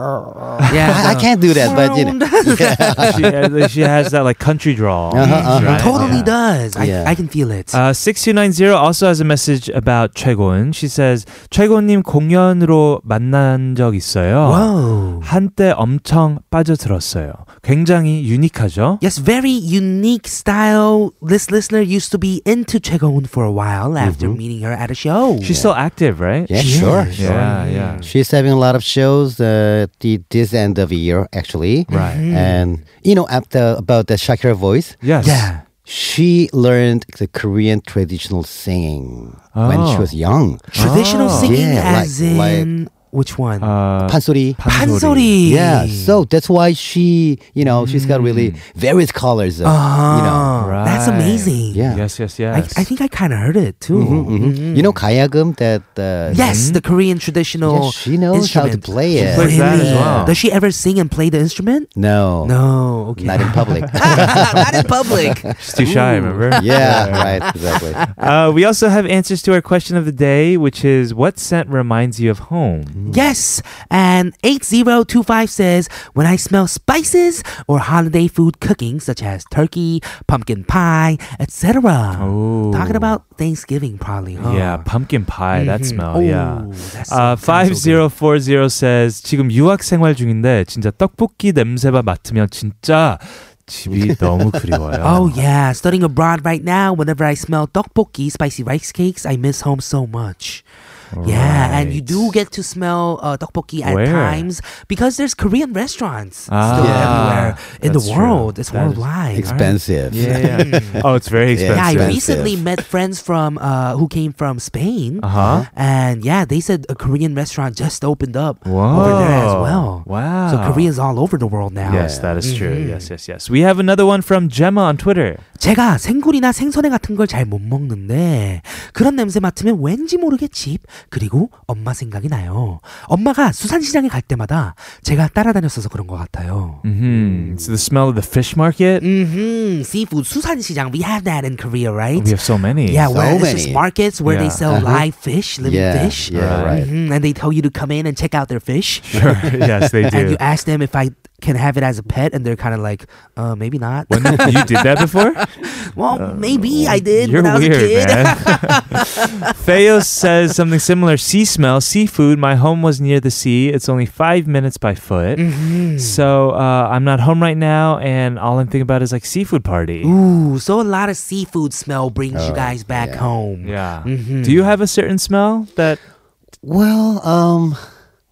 Speaker 5: I, I can't do that, but you know,
Speaker 2: she, uh, she has that like country drawl.
Speaker 5: Uh-huh,
Speaker 2: right?
Speaker 1: Totally
Speaker 2: Yeah.
Speaker 1: does. I,
Speaker 5: Yeah.
Speaker 1: I can feel it.
Speaker 2: Uh, 6290 also has a message about 최고은. She says, 최고님 공연으로 만난 적 있어요.
Speaker 1: Whoa.
Speaker 2: 한때 엄청 빠져들었어요. 굉장히 유니크하죠?
Speaker 1: Yes, very unique style. This listener used to be into Chegon for a while after meeting her at a show.
Speaker 2: Mm-hmm. She's still active, right?
Speaker 5: yeah,
Speaker 2: Yeah,
Speaker 5: sure, sure.
Speaker 2: yeah.
Speaker 5: She's having a lot of shows uh, the, this end of the year, actually.
Speaker 2: Right.
Speaker 1: Mm-hmm.
Speaker 5: And you know, after about the Shakira voice,
Speaker 2: Yes.
Speaker 1: Yeah.
Speaker 5: she learned the Korean traditional singing when
Speaker 2: Oh.
Speaker 5: she was young.
Speaker 1: Traditional
Speaker 2: Oh.
Speaker 1: singing
Speaker 5: Yeah, like-
Speaker 1: as in
Speaker 5: like-
Speaker 1: Which one?
Speaker 2: Uh,
Speaker 5: 판소리.
Speaker 1: 판소리.
Speaker 5: Yeah, so that's why she, you know, she's got really various colors. Of, You know,
Speaker 2: Uh-huh.
Speaker 1: Oh, that's
Speaker 2: Right.
Speaker 1: amazing.
Speaker 5: Yeah.
Speaker 2: Yes, yes,
Speaker 1: I,
Speaker 2: yes.
Speaker 1: I think I kind of heard it too. Mm-hmm.
Speaker 5: Mhm. you know, kayagum that. Uh,
Speaker 1: Yes, the Korean traditional.
Speaker 5: Yes, she knows how to
Speaker 1: instrument.
Speaker 5: play it.
Speaker 2: plays that
Speaker 1: Really?
Speaker 2: as well.
Speaker 1: Does she ever sing and play the instrument?
Speaker 5: No,
Speaker 1: No. Okay.
Speaker 5: not in public.
Speaker 1: Not in public.
Speaker 2: She's too shy, remember?
Speaker 5: yeah, right, exactly.
Speaker 2: Uh, we also have answers to our question of the day, which is what scent reminds you of home?
Speaker 1: Yes. And 8025 says, when I smell spices or holiday food cooking, such as turkey, pumpkin pie, etc.
Speaker 2: Oh.
Speaker 1: Mm. Talking about Thanksgiving, probably. Huh? Mm-hmm.
Speaker 2: Yeah, pumpkin pie, that smell.
Speaker 5: oh,
Speaker 2: yeah.
Speaker 1: Ooh, that
Speaker 2: Uh,
Speaker 1: sounds- sounds so good.
Speaker 2: 5040 says 지금 유학 생활 중인데 진짜 떡볶이 냄새만 맡으면 진짜 집이 너무 그리워요.
Speaker 1: Oh yeah, studying abroad right now. Whenever I smell tteokbokki, spicy rice cakes, I miss home so much. Yeah, and you
Speaker 2: Right.
Speaker 1: do get to smell uh, tteokbokki at
Speaker 2: Where?
Speaker 1: times because there's Korean restaurants still
Speaker 2: Ah,
Speaker 1: everywhere in the
Speaker 2: that's true.
Speaker 1: world. It's
Speaker 2: That is
Speaker 1: worldwide.
Speaker 5: Expensive.
Speaker 2: Yeah. oh, it's very
Speaker 1: Yeah,
Speaker 5: Yeah.
Speaker 2: expensive.
Speaker 1: I
Speaker 5: Expensive.
Speaker 1: recently met friends from uh, who came from Spain,
Speaker 2: Uh-huh.
Speaker 1: and yeah, they said a Korean restaurant just opened up
Speaker 2: Wow.
Speaker 1: over there as well.
Speaker 2: Wow.
Speaker 1: So Korea's all over the world now.
Speaker 2: Yes, that is true.
Speaker 1: Mm-hmm.
Speaker 2: Yes, yes, yes. We have another one from Gemma on Twitter.
Speaker 1: 제가 생굴이나 생선회 같은 걸 잘 못 먹는데 그런 냄새 맡으면 왠지 모르게 집 그리고 엄마 생각이 나요. 엄마가 수산시장에 갈 때마다 제가 따라다녔어서 그런 것 같아요.
Speaker 2: Mm-hmm. It's the smell of the fish market.
Speaker 1: 음, seafood 수산시장 we have that in Korea, right?
Speaker 2: We have so many.
Speaker 1: Mm-hmm. yeah,
Speaker 5: so
Speaker 1: where it's just
Speaker 5: many. Uh-huh.
Speaker 1: markets where they
Speaker 2: Yeah.
Speaker 1: sell live fish, living
Speaker 5: Yeah,
Speaker 1: fish.
Speaker 5: yeah,
Speaker 2: Right.
Speaker 5: right.
Speaker 1: Mhm, and they tell you to come in and check out their fish.
Speaker 2: Sure. yes, they
Speaker 1: And
Speaker 2: do.
Speaker 1: you ask them if I can have it as a pet, and they're kind of like, uh, maybe not.
Speaker 2: when you did that before?
Speaker 1: well, maybe I did
Speaker 2: Uh, You're
Speaker 1: when I was
Speaker 2: weird,
Speaker 1: a kid.
Speaker 2: man. Theos says something similar. Sea smell, seafood. My home was near the sea. It's only five minutes by foot.
Speaker 1: Mm-hmm.
Speaker 2: So uh, I'm not home right now, and all I'm thinking about is like seafood party.
Speaker 1: Ooh, so a lot of seafood smell brings you
Speaker 5: Oh,
Speaker 1: guys back home.
Speaker 2: Yeah.
Speaker 1: Mm-hmm.
Speaker 2: Do you have a certain smell that?
Speaker 5: Well, um,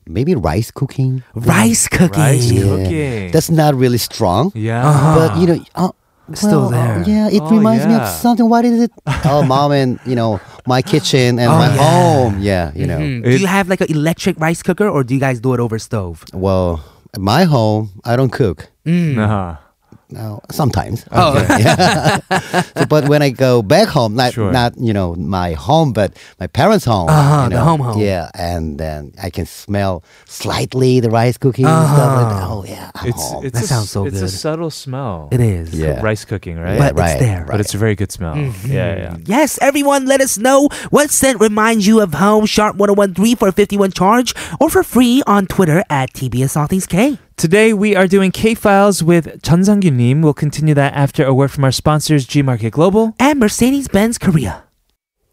Speaker 5: maybe rice cooking.
Speaker 1: Rice cooking.
Speaker 2: Rice
Speaker 5: Yeah.
Speaker 2: Cooking.
Speaker 5: That's not really strong,
Speaker 2: Yeah.
Speaker 5: but you know. Uh,
Speaker 1: Still
Speaker 5: well, uh,
Speaker 1: there.
Speaker 5: yeah, it
Speaker 2: Oh,
Speaker 5: reminds me of
Speaker 2: yeah.
Speaker 5: something. What is it? Oh, mom and you know my kitchen and
Speaker 1: Oh,
Speaker 5: my
Speaker 1: yeah.
Speaker 5: home. Yeah, you know.
Speaker 1: Mm, Do
Speaker 2: It-
Speaker 1: you have like an electric rice cooker or do you guys do it over stove?
Speaker 5: Well, at my home, I don't cook.
Speaker 1: Mm.
Speaker 2: Uh-huh.
Speaker 5: No, sometimes.
Speaker 1: Oh.
Speaker 5: So, but when I go back home, not
Speaker 2: Sure.
Speaker 5: not you know my home, but my parents' home.
Speaker 1: Uh-huh,
Speaker 5: you
Speaker 1: the
Speaker 5: know,
Speaker 1: home home.
Speaker 5: Yeah, and then I can smell slightly the rice cooking and stuff.
Speaker 1: Uh-huh.
Speaker 5: Like that. Oh yeah, I'm
Speaker 2: It's
Speaker 5: home.
Speaker 2: it's
Speaker 1: That
Speaker 2: a,
Speaker 1: sounds so
Speaker 2: it's
Speaker 1: good.
Speaker 2: a subtle smell.
Speaker 1: It is.
Speaker 5: Yeah.
Speaker 2: Rice cooking, right?
Speaker 5: Yeah,
Speaker 1: But Mm-hmm. it's
Speaker 5: right,
Speaker 1: there.
Speaker 5: right.
Speaker 2: But it's a very good smell. Yeah, yeah.
Speaker 1: Yes, everyone, let us know what scent reminds you of home. Sharp 1013 for a 51 charge or for free on Twitter at TBS All Things K.
Speaker 2: Today we are doing K Files with Chun Sang Nim. We'll continue that after a word from our sponsors, G Market Global.
Speaker 1: and Mercedes Benz Korea.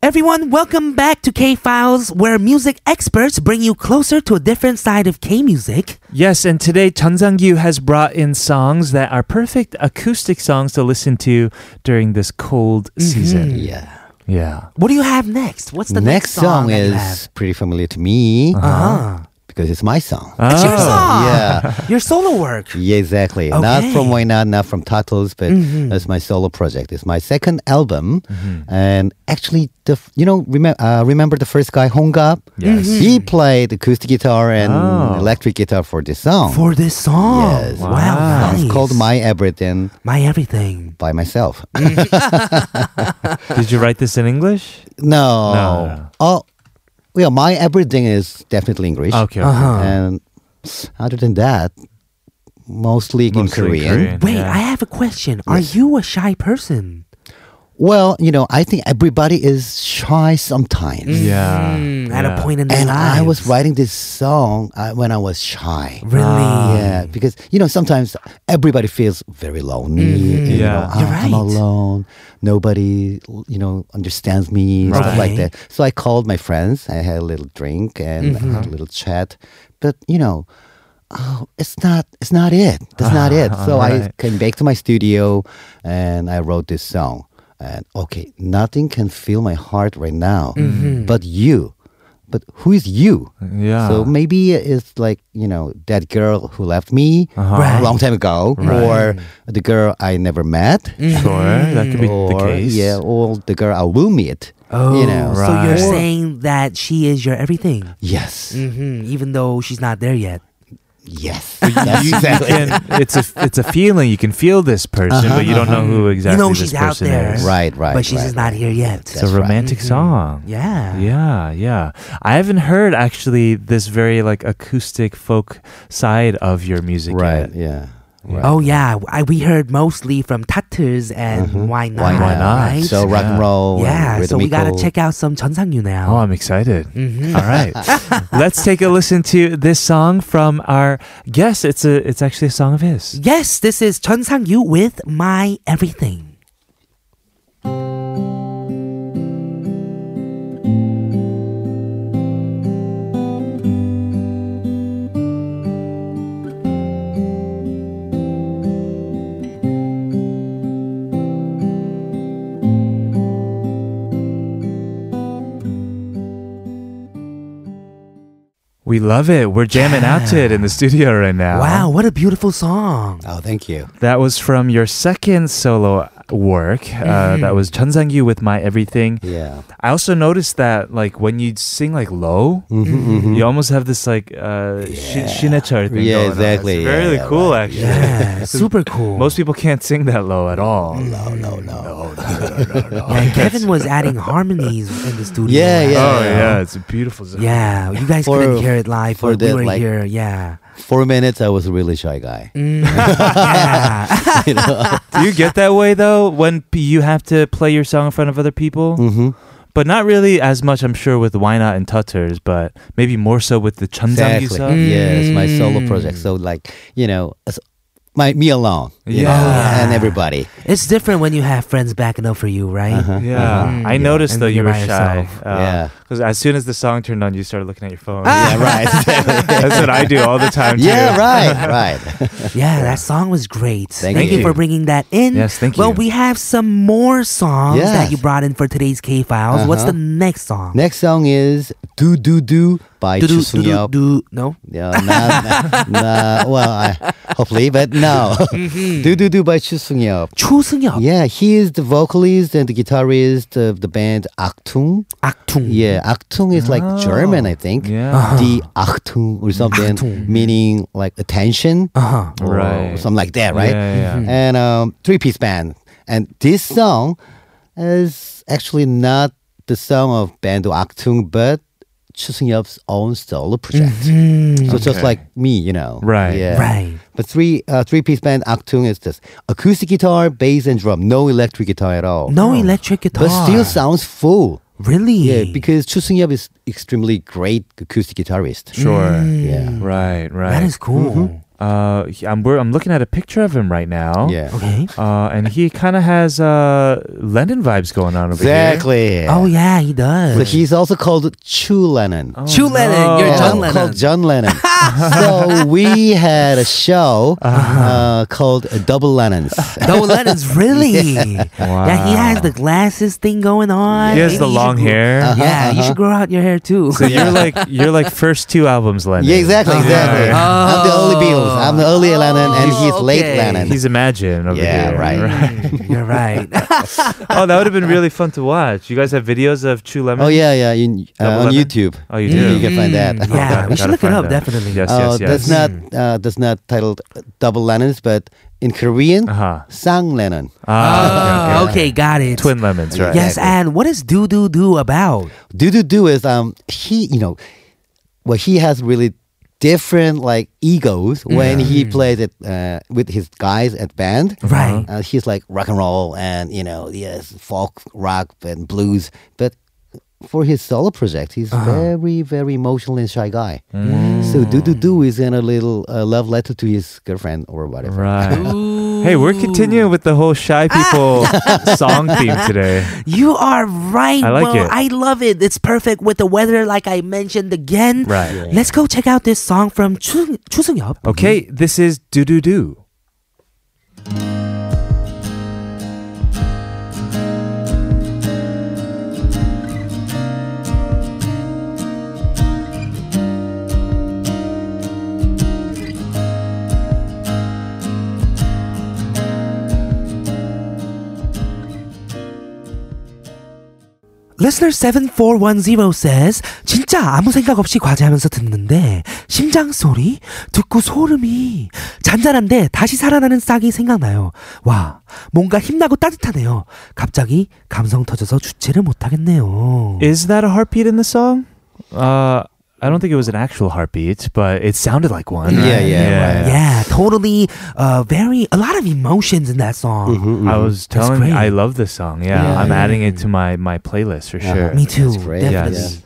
Speaker 1: Everyone, welcome back to K Files, where music experts bring you closer to a different side of K music.
Speaker 2: Yes, and today Chun Sang has brought in songs that are perfect acoustic songs to listen to during this cold
Speaker 1: Mm-hmm.
Speaker 2: season.
Speaker 5: yeah.
Speaker 2: Yeah.
Speaker 1: What do you have next? What's Hmm. the next,
Speaker 5: Next song
Speaker 1: that you
Speaker 5: is
Speaker 1: have?
Speaker 5: pretty familiar to me
Speaker 1: uh-huh. Oh. Ah.
Speaker 5: because it's my song.
Speaker 1: It's your song,
Speaker 5: Yeah.
Speaker 1: your solo work.
Speaker 5: Yeah, exactly. Not from
Speaker 1: Okay. Mm-hmm.
Speaker 5: Why Not, not from Titles, but that's my solo project. It's my second album, and actually, the f- you know, remember uh, remember the first guy Hongap?
Speaker 2: Yes.
Speaker 1: Mm-hmm.
Speaker 5: he played acoustic guitar and
Speaker 2: Oh.
Speaker 5: electric guitar for this song.
Speaker 1: For this song,
Speaker 5: Yes.
Speaker 1: wow,
Speaker 2: Wow.
Speaker 1: nice.
Speaker 5: It's called My Everything
Speaker 1: my everything.
Speaker 5: by myself.
Speaker 2: Did you write this in English?
Speaker 5: no.
Speaker 2: No.
Speaker 5: Oh, yeah. My Everything is definitely English.
Speaker 2: Okay. okay.
Speaker 1: Uh-huh.
Speaker 5: And other than that, mostly, in
Speaker 2: Mostly
Speaker 5: Korean.
Speaker 1: Wait,
Speaker 2: yeah.
Speaker 1: I have a question. Are you a shy person?
Speaker 5: Well, you know, I think everybody is shy sometimes.
Speaker 2: Yeah.
Speaker 1: Mm, At
Speaker 2: yeah.
Speaker 1: a point in their
Speaker 5: And I was
Speaker 1: lives.
Speaker 5: writing this song uh, when I was shy.
Speaker 1: Really?
Speaker 5: Yeah, because you know sometimes everybody feels very lonely.
Speaker 2: Yeah.
Speaker 5: You know, "Ah,
Speaker 1: Mm-hmm. You're
Speaker 5: I'm
Speaker 1: right.
Speaker 5: alone. Nobody, you know, understands me. Stuff like
Speaker 1: Right.
Speaker 5: that. So I called my friends. I had a little drink and I
Speaker 1: Mm-hmm.
Speaker 5: had a little chat. But you know, oh, it's not. It's not it. That's not it. So I
Speaker 2: Alright.
Speaker 5: came back to my studio and I wrote this song. And okay, nothing can fill my heart right now,
Speaker 1: Mm-hmm.
Speaker 5: but you. But who is you?
Speaker 2: Yeah.
Speaker 5: So maybe it's like, you know, that girl who left me
Speaker 2: Uh-huh.
Speaker 1: Right.
Speaker 5: a long time ago, or the girl I never met.
Speaker 2: Sure. That could be
Speaker 1: Mm-hmm.
Speaker 5: or,
Speaker 2: the case.
Speaker 5: Yeah, or the girl I will meet.
Speaker 2: Oh,
Speaker 5: you know.
Speaker 1: So you're
Speaker 2: Right.
Speaker 1: saying that she is your everything,
Speaker 5: Yes.
Speaker 1: hmm even though she's not there yet.
Speaker 5: Yes. That's exactly. it.
Speaker 2: Can- it's a it's a feeling you can feel this person, but you don't know who exactly
Speaker 1: you know she's
Speaker 2: this
Speaker 1: out
Speaker 2: person
Speaker 1: there,
Speaker 2: is.
Speaker 5: Right, right,
Speaker 1: But she's just
Speaker 5: right,
Speaker 1: not here yet.
Speaker 2: It's a romantic song.
Speaker 1: yeah.
Speaker 2: Yeah, yeah. I haven't heard actually this very like acoustic folk side of your music yet.
Speaker 5: Right. Yeah.
Speaker 1: Oh yeah, I, we heard mostly from Tatters and Why Not.
Speaker 5: Mm-hmm. Why not?
Speaker 1: Right?
Speaker 5: So rock and
Speaker 2: Yeah.
Speaker 5: roll.
Speaker 1: yeah,
Speaker 5: and
Speaker 1: so we gotta
Speaker 5: rhythmical.
Speaker 1: check out some 전상유
Speaker 2: Oh,
Speaker 1: now.
Speaker 2: I'm excited. All right. Let's take a listen to this song from our guest. It's a it's actually a song of his.
Speaker 1: yes, this is 전상유 with My Everything.
Speaker 2: We love it. We're jamming out to it in the studio right now.
Speaker 1: Wow, what a beautiful song.
Speaker 5: Oh, thank you.
Speaker 2: That was from your second solo work. Uh, that was Chunzangyu with My Everything.
Speaker 5: Yeah.
Speaker 2: I also noticed that like when you sing like low,
Speaker 1: Mm-hmm.
Speaker 2: you almost have this like uh yeah. Shinachar thing.
Speaker 5: Mm-hmm. Yeah,
Speaker 2: going on. It's
Speaker 5: exactly. Yeah,
Speaker 2: really
Speaker 5: yeah,
Speaker 2: cool
Speaker 5: right.
Speaker 2: actually.
Speaker 1: Yeah, super cool.
Speaker 2: Most people can't sing that low at all.
Speaker 1: yeah, Kevin was adding harmonies in the studio.
Speaker 5: Yeah,
Speaker 1: right?
Speaker 5: yeah.
Speaker 2: Oh yeah, it's a beautiful song.
Speaker 1: Yeah, you guys
Speaker 5: For-
Speaker 1: couldn't hear it live,
Speaker 5: for
Speaker 1: but we
Speaker 5: that,
Speaker 1: were
Speaker 5: like-
Speaker 1: here. Yeah,
Speaker 5: Four minutes, I was a really shy guy.
Speaker 2: Mm.
Speaker 1: yeah.
Speaker 2: Do you get that way though when p- you have to play your song in front of other people?
Speaker 5: Mm-hmm.
Speaker 2: But not really as much, I'm sure, with Why Not and Tutters, but maybe more so with the Chunzangyu
Speaker 5: Exactly.
Speaker 2: song.
Speaker 5: Yes, my solo
Speaker 1: Mm.
Speaker 5: project. So like, you know, as- my me alone. you
Speaker 2: Yeah.
Speaker 5: know, and everybody.
Speaker 1: it's different when you have friends backing up for you, right?
Speaker 5: Uh-huh,
Speaker 2: Yeah,
Speaker 5: Mm-hmm.
Speaker 1: Mhm.
Speaker 2: I
Speaker 1: Yeah.
Speaker 2: noticed
Speaker 1: And
Speaker 2: though you
Speaker 1: you're by
Speaker 2: were shy.
Speaker 1: yourself.
Speaker 5: Yeah.
Speaker 2: because as soon as the song turned on, you started looking at your phone.
Speaker 5: Yeah, right.
Speaker 2: That's what I do all the time. Too.
Speaker 5: yeah, right, right.
Speaker 1: Yeah, that song was great.
Speaker 5: Thank
Speaker 1: you.
Speaker 5: you.
Speaker 1: for bringing that in.
Speaker 2: Yes, thank
Speaker 1: Well,
Speaker 2: you.
Speaker 1: we have some more songs
Speaker 5: Yes. Uh-huh.
Speaker 1: that you brought in for today's K Files. What's the next song?
Speaker 5: Next song is Do Do Do by
Speaker 1: Do, do, do,
Speaker 5: Chu Sung
Speaker 1: do,
Speaker 5: Yeop.
Speaker 1: do. No?
Speaker 5: Yeah, nah, nah, nah, well, I, hopefully, but no.
Speaker 1: Mm-hmm.
Speaker 5: Do Do Do by Chu Sung Yeop.
Speaker 1: Chu Seung-yeop.
Speaker 5: Yeah, he is the vocalist and the guitarist of the band Achtung.
Speaker 1: Achtung.
Speaker 5: Yeah, Achtung is like
Speaker 2: Oh.
Speaker 5: German, I think.
Speaker 2: Yeah.
Speaker 5: The Achtung or something,
Speaker 1: Uh-huh. Achtung.
Speaker 5: meaning like attention
Speaker 1: Uh-huh.
Speaker 5: or
Speaker 2: Right.
Speaker 5: something like that, right?
Speaker 2: Yeah, yeah,
Speaker 1: Mm-hmm.
Speaker 2: yeah.
Speaker 5: And um, three piece band. And this song is actually not the song of band Achtung, but Chu Sung Yeop's own solo project. So just like me, you know.
Speaker 2: Right.
Speaker 5: Yeah.
Speaker 1: Mm-hmm. Mm, Right.
Speaker 5: But three uh, three piece band Achtung is this acoustic guitar, bass, and drum. No electric guitar at all.
Speaker 1: No electric guitar.
Speaker 5: Oh. But still sounds full.
Speaker 1: Really?
Speaker 5: Yeah, because Chu Sung Yeop is extremely great acoustic guitarist.
Speaker 2: Sure.
Speaker 5: Yeah.
Speaker 2: Right. Right.
Speaker 1: that is cool.
Speaker 2: Uh, he- I'm we're, I'm looking at a picture of him right now.
Speaker 5: Yeah.
Speaker 1: Mm. Okay.
Speaker 2: Uh, and he kind of has uh Lennon vibes going on over
Speaker 5: Exactly.
Speaker 1: Oh, yeah, he does.
Speaker 5: So he's also called Chu Lennon.
Speaker 2: here.
Speaker 1: Chu Lennon, you're
Speaker 5: Yeah,
Speaker 1: John
Speaker 5: I'm
Speaker 1: Lennon.
Speaker 5: Oh. Called John Lennon. so we had a show
Speaker 2: Uh-huh.
Speaker 5: uh, called Double Lennons.
Speaker 1: No Lennon's really. Yeah, he
Speaker 2: Wow.
Speaker 1: has the glasses thing going on.
Speaker 2: He has
Speaker 1: Maybe
Speaker 2: the
Speaker 1: you should
Speaker 2: long
Speaker 1: gr-
Speaker 2: hair.
Speaker 5: Uh-huh.
Speaker 1: Yeah, you should grow out your hair too.
Speaker 2: So you're like you're like first two albums Lennon.
Speaker 5: Yeah, exactly, exactly. I'm the early Beatles. I'm the early Lennon, and he's late
Speaker 1: okay.
Speaker 2: Oh.
Speaker 5: Lennon.
Speaker 2: He's Imagine over
Speaker 5: Yeah,
Speaker 2: here.
Speaker 5: right.
Speaker 1: Mm, You're right.
Speaker 2: oh, that would have been really fun to watch. You guys have videos of Chu Lemon?
Speaker 5: oh yeah, yeah, in,
Speaker 2: Double
Speaker 5: uh,
Speaker 2: Lemon?
Speaker 5: on YouTube.
Speaker 2: Oh, you
Speaker 5: Yeah,
Speaker 2: do?
Speaker 5: You can find that.
Speaker 1: Yeah, we
Speaker 2: Gotta
Speaker 1: should look it
Speaker 2: find
Speaker 1: up,
Speaker 2: that.
Speaker 1: definitely.
Speaker 2: Yes,
Speaker 5: Uh,
Speaker 2: yes, Mm. yes.
Speaker 5: That's not uh, that's not titled Double Lennons, but in Korean,
Speaker 2: Uh-huh.
Speaker 5: Sang Lennon.
Speaker 2: Ah,
Speaker 1: Oh, okay, got it.
Speaker 2: Twin Lemons, right?
Speaker 1: Uh, Yes, and what is do do do about?
Speaker 5: Do do do is um he you know well he has really different like egos
Speaker 1: Mm-hmm.
Speaker 5: when he plays it uh, with his guys at band.
Speaker 1: Right.
Speaker 5: Uh, he's like rock and roll and you know yes folk rock and blues, but for his solo project, he's
Speaker 1: Uh-huh.
Speaker 5: very very emotional and shy guy.
Speaker 1: Mm.
Speaker 5: So do do do is in a little uh, love letter to his girlfriend or whatever.
Speaker 2: Right. Hey, we're continuing with the whole
Speaker 5: Ah!
Speaker 2: shy people song theme today.
Speaker 1: You are right.
Speaker 2: I like
Speaker 1: well,
Speaker 2: it.
Speaker 1: I love it. It's perfect with the weather, like I mentioned again.
Speaker 2: Right. Yeah.
Speaker 1: Let's go check out this song from Chu Sung Yup.
Speaker 2: Okay, this is Do Do Do.
Speaker 1: Listener 7410 says 진짜 아무 생각 없이 과제하면서 듣는데 심장 소리 듣고 소름이 잔잔한데 다시 살아나는 싹이 생각나요. 와 뭔가 힘나고 따뜻하네요. 갑자기 감성 터져서 주체를 못하겠네요.
Speaker 2: Is that a heartbeat in the song? Uh, I don't think it was an actual heartbeat, but it sounded like one.
Speaker 5: Yeah,
Speaker 2: right?
Speaker 5: yeah, right.
Speaker 1: Yeah, totally. Uh, very a lot of emotions in that song.
Speaker 2: I was
Speaker 1: That's
Speaker 2: telling
Speaker 1: great.
Speaker 2: I love this song. Yeah,
Speaker 5: Yeah.
Speaker 2: I'm adding it to my my playlist for sure.
Speaker 1: Me too.
Speaker 5: That's great.
Speaker 1: Definitely.
Speaker 5: Yes.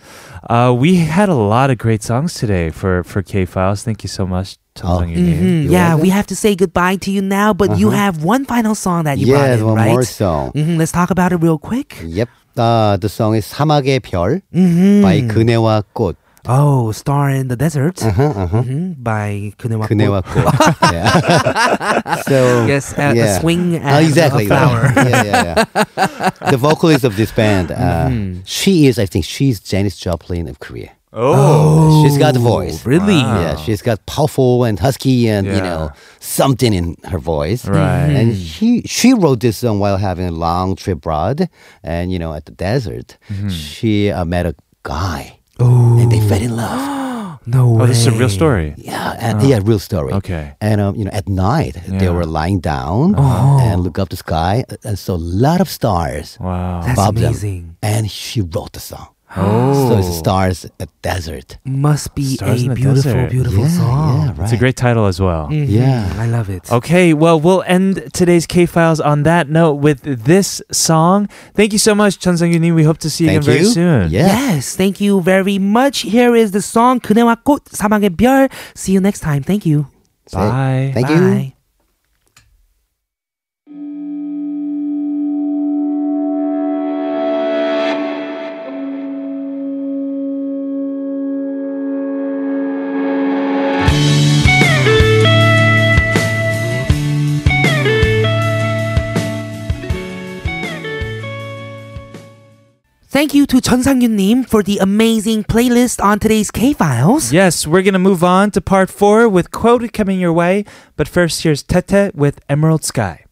Speaker 2: Uh, we had a lot of great songs today for for K Files. Thank you so much,
Speaker 5: Oh.
Speaker 2: Chang
Speaker 1: Mhm.
Speaker 5: You're
Speaker 1: Yeah,
Speaker 5: welcome.
Speaker 1: we have to say goodbye to you now, but you have one final song that you brought
Speaker 5: Yes,
Speaker 1: in,
Speaker 5: one
Speaker 1: right?
Speaker 5: more song.
Speaker 1: Mhm, let's talk about it real quick.
Speaker 5: Yep. Uh, the song is 사막의 별
Speaker 1: Mhm.
Speaker 5: by 그네와 꽃.
Speaker 1: Oh, Star in the Desert
Speaker 5: Uh-huh, uh-huh.
Speaker 1: hmm by Kunewa.
Speaker 5: 그네와 꽃. Yeah. so
Speaker 1: Yes, uh,
Speaker 5: yeah.
Speaker 1: a swing and
Speaker 5: Oh, exactly.
Speaker 1: a flower.
Speaker 5: yeah, yeah, yeah. the vocalist of this band, uh, she is, I think, she's Janis Joplin of Korea. Oh, she's got voice.
Speaker 1: Really?
Speaker 5: Yeah, she's got powerful and husky and you
Speaker 2: Yeah.
Speaker 5: know something in her voice. Mm-hmm.
Speaker 2: Right.
Speaker 5: And he, she wrote this song while having a long trip abroad, and you know at the desert, she uh, met a guy, and they fell in love.
Speaker 1: No way.
Speaker 2: Oh, this is a real story.
Speaker 5: Yeah, and, yeah, real story.
Speaker 2: Uh, Okay.
Speaker 5: And um, you know, at night they
Speaker 2: Yeah. Oh.
Speaker 5: were lying down and look up the sky uh, and saw a lot of stars.
Speaker 2: Wow.
Speaker 1: That's
Speaker 5: above them.
Speaker 1: amazing.
Speaker 5: And she wrote the song.
Speaker 2: Oh,
Speaker 5: So it's stars at desert.
Speaker 1: Must be
Speaker 2: Stars
Speaker 1: a
Speaker 2: in the
Speaker 1: beautiful,
Speaker 2: Desert.
Speaker 1: beautiful
Speaker 5: yeah,
Speaker 1: song.
Speaker 5: yeah, right.
Speaker 2: it's a great title as well.
Speaker 1: Mhm,
Speaker 5: Yeah.
Speaker 1: I
Speaker 5: Oh,
Speaker 1: love it.
Speaker 2: Okay, well, we'll end today's K Files on that note with this song. Thank you so much, Chun Sung We hope to see you
Speaker 5: Thank
Speaker 2: again very
Speaker 5: you.
Speaker 2: soon.
Speaker 5: Yeah.
Speaker 1: Yes, thank you very much. Here is the song 그네와 꽃 사막의 별. See you next time. Thank you.
Speaker 2: Bye.
Speaker 5: Thank you.
Speaker 1: Bye. Thank you to 전상윤 님 for the amazing playlist on today's K Files.
Speaker 2: Yes, we're going to move on to part four with Quote coming your way. But first, here's Tete with Emerald Sky.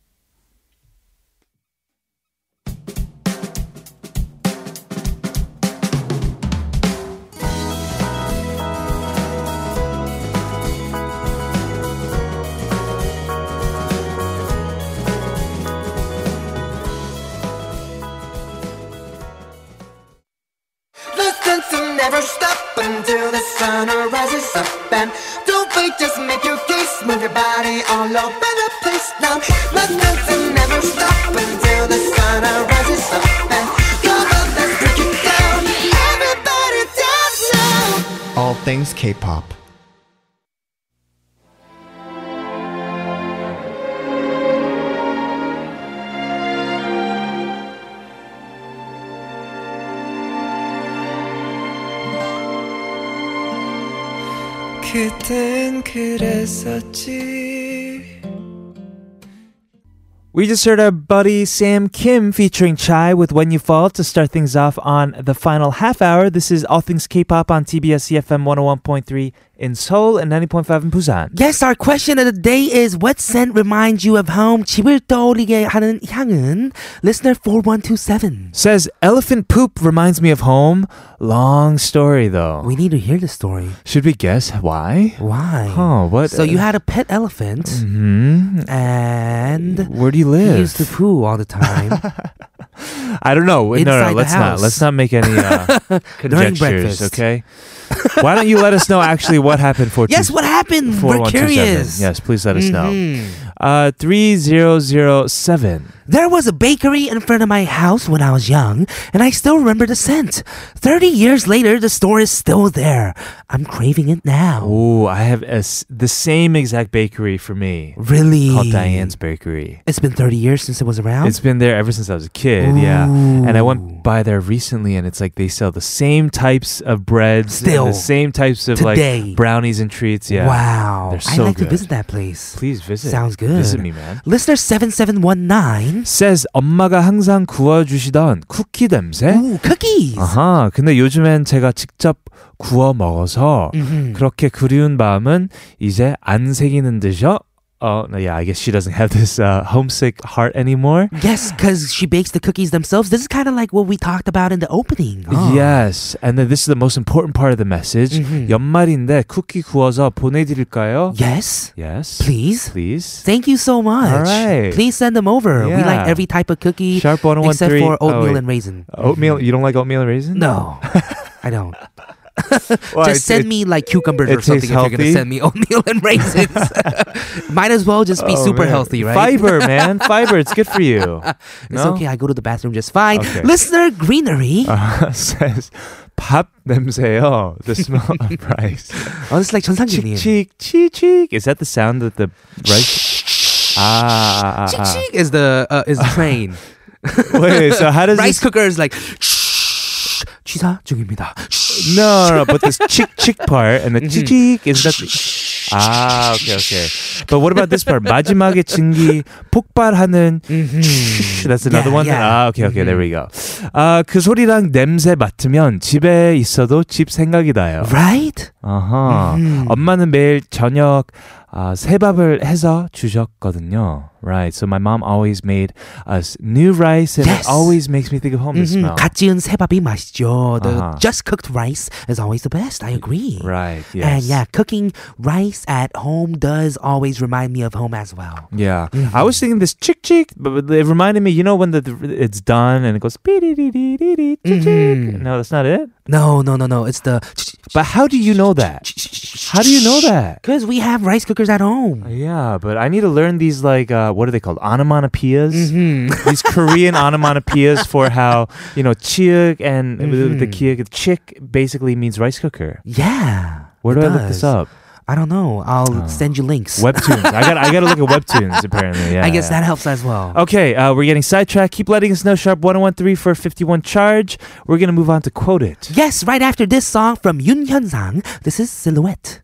Speaker 7: The sense will never stop until the sun rises up and don't wait, just make your case, move your body all over the place now. The sense will never stop until the sun rises up and come on, let's break it down. Everybody dance now.
Speaker 4: All things K-pop. 그땐 그랬었지.
Speaker 2: We just heard our buddy Sam Kim featuring Chai with When You Fall to start things off on the final half hour. This is All Things K-Pop on TBS EFM 101.3 in Seoul and 90.5 in Busan.
Speaker 1: Yes, our question of the day is what scent reminds you of home? 집을 떠올리게 하는 향은 listener 4127.
Speaker 2: Says elephant poop reminds me of home. Long story though.
Speaker 1: We need to hear the story.
Speaker 2: Should we guess why?
Speaker 1: Why?
Speaker 2: Huh, what?
Speaker 1: So you had a pet elephant
Speaker 2: hmm
Speaker 1: and
Speaker 2: Where do you
Speaker 1: he
Speaker 2: live?
Speaker 1: used to poo all the time
Speaker 2: I don't know. No, no,
Speaker 1: Inside the
Speaker 2: let's not.
Speaker 1: house.
Speaker 2: Let's not make any uh,
Speaker 1: during
Speaker 2: conjectures,
Speaker 1: breakfast.
Speaker 2: okay? Why don't you let us know actually what happened for
Speaker 1: Yes, what happened? We're
Speaker 2: 4127.
Speaker 1: curious.
Speaker 2: Yes, please let us
Speaker 1: Mhm.
Speaker 2: know. Uh, 3007.
Speaker 1: There was a bakery in front of my house when I was young, and I still remember the scent. 30 years later, the store is still there. I'm craving it now.
Speaker 2: Oh, I have a s the same exact bakery for me
Speaker 1: Really?
Speaker 2: called Diane's Bakery.
Speaker 1: It's been 30 years since it was around.
Speaker 2: It's been there ever since I was a kid, yeah. And I went by there recently, and it's like they sell the same types of breads, and
Speaker 1: Still.
Speaker 2: the same types of
Speaker 1: Today.
Speaker 2: like brownies and treats. Yeah,
Speaker 1: Wow.
Speaker 2: They're
Speaker 1: I'd
Speaker 2: so
Speaker 1: like to
Speaker 2: good.
Speaker 1: visit that place.
Speaker 2: Please visit.
Speaker 1: Sounds good.
Speaker 2: Visit me, man.
Speaker 1: Listener 7719.
Speaker 2: says 엄마가 항상 구워주시던 쿠키 냄새.
Speaker 1: Ooh, cookies.
Speaker 2: 아하. 근데 요즘엔 제가 직접 구워 먹어서
Speaker 1: Mhm.
Speaker 2: 그렇게 그리운 마음은 이제 안 새기는 듯이요. oh no, yeah, I guess she doesn't have this uh, homesick heart anymore.
Speaker 1: Yes, because she bakes the cookies themselves. This is kind of like what we talked about in the opening. 어.
Speaker 2: Uh-huh. Yes, and then this is the most important part of the message. 연말인데 쿠키 구워서 보내드릴까요?
Speaker 1: Yes.
Speaker 2: Yes,
Speaker 1: Please.
Speaker 2: please.
Speaker 1: Thank you so much.
Speaker 2: All right.
Speaker 1: Please send them over. We
Speaker 2: Yeah.
Speaker 1: like every type of cookie
Speaker 2: Sharp 1013.
Speaker 1: except for
Speaker 2: Oh,
Speaker 1: oatmeal
Speaker 2: wait.
Speaker 1: and raisin.
Speaker 2: Oatmeal? You don't like oatmeal and raisin?
Speaker 1: No, I don't.
Speaker 2: Well,
Speaker 1: just send
Speaker 2: it- it-
Speaker 1: me like cucumbers
Speaker 2: it
Speaker 1: or something if
Speaker 2: tastes
Speaker 1: you're
Speaker 2: healthy.
Speaker 1: gonna send me oatmeal and raisins. Might as well just be
Speaker 2: Oh,
Speaker 1: super
Speaker 2: man.
Speaker 1: healthy, right?
Speaker 2: Fiber, man, fiber. It's good for you.
Speaker 1: It's
Speaker 2: No?
Speaker 1: okay. I go to the bathroom just fine.
Speaker 2: Okay.
Speaker 1: Listener greenery.
Speaker 2: Uh, says 밥 냄새요. The smell of rice.
Speaker 1: oh, this is like 전상진님.
Speaker 2: cheek, cheek, cheek. Is that the sound that the rice? Ah, ah,
Speaker 1: Cheek,
Speaker 2: ah,
Speaker 1: cheek is the uh, is the train.
Speaker 2: ah. Wait, so how does
Speaker 1: Rice
Speaker 2: this?
Speaker 1: cooker is like. 취사 중입니다.
Speaker 2: Uh-huh. No, no, no, but this cheek, cheek part and the
Speaker 1: Mm-hmm.
Speaker 2: cheek, cheek is that. Ah, okay, okay. But what about this part? 마지막에 진기 폭발하는. That's another
Speaker 1: Mm-hmm. Yeah,
Speaker 2: one.
Speaker 1: yeah. Mm-hmm.
Speaker 2: Ah, okay, okay. There we go. 아, 그 소리랑 냄새 맡으면 집에 있어도 집 생각이 나요.
Speaker 1: Right?
Speaker 2: 아하.
Speaker 1: 음.
Speaker 2: 엄마는 매일 저녁 아, 새밥을 해서 주셨거든요. Right. So my mom always made us new rice and
Speaker 1: Yes.
Speaker 2: it always makes me think of home the
Speaker 1: 음,
Speaker 2: smell.
Speaker 1: 갓 지은 Mm-hmm. 새밥이 맛있죠. The
Speaker 2: 아하.
Speaker 1: just cooked rice is always the best. I agree.
Speaker 2: Right.
Speaker 1: And
Speaker 2: Yes.
Speaker 1: yeah, cooking rice at home does always remind me of home as well.
Speaker 2: Yeah.
Speaker 1: Mm-hmm.
Speaker 2: I was thinking this chick chick, but it reminded me, you know, when the, the it's done and it goes dee dee dee dee dee dee chick chick.
Speaker 1: Mhm.
Speaker 2: No, that's not it.
Speaker 1: No, no, no, no. It's the
Speaker 2: But how do you know that? How do you know that?
Speaker 1: because we have rice cookers at home.
Speaker 2: Yeah, but I need to learn these like uh, what are they called? Onomatopoeias.
Speaker 1: Mm-hmm.
Speaker 2: these Korean onomatopoeias for how you know chick and with the
Speaker 1: Mm-hmm.
Speaker 2: chick chick basically means rice cooker.
Speaker 1: Yeah.
Speaker 2: Where do
Speaker 1: it
Speaker 2: I look this
Speaker 1: does.
Speaker 2: up? Uh.
Speaker 1: I don't know. I'll send you links.
Speaker 2: Webtoons. I got. I got to look at webtoons. Apparently, yeah.
Speaker 1: I guess
Speaker 2: yeah.
Speaker 1: that helps as well.
Speaker 2: Okay, uh, we're getting sidetracked. Keep letting us know. Sharp one one three for fifty one charge. We're gonna move on to quote it.
Speaker 1: Yes, right after this song from Yun Hyun Sang, this is Silhouette.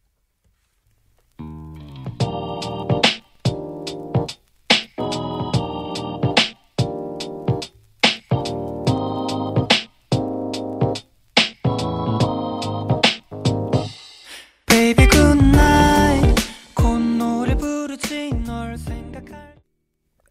Speaker 7: Baby goodnight 곧 노래 부르지 널 생각할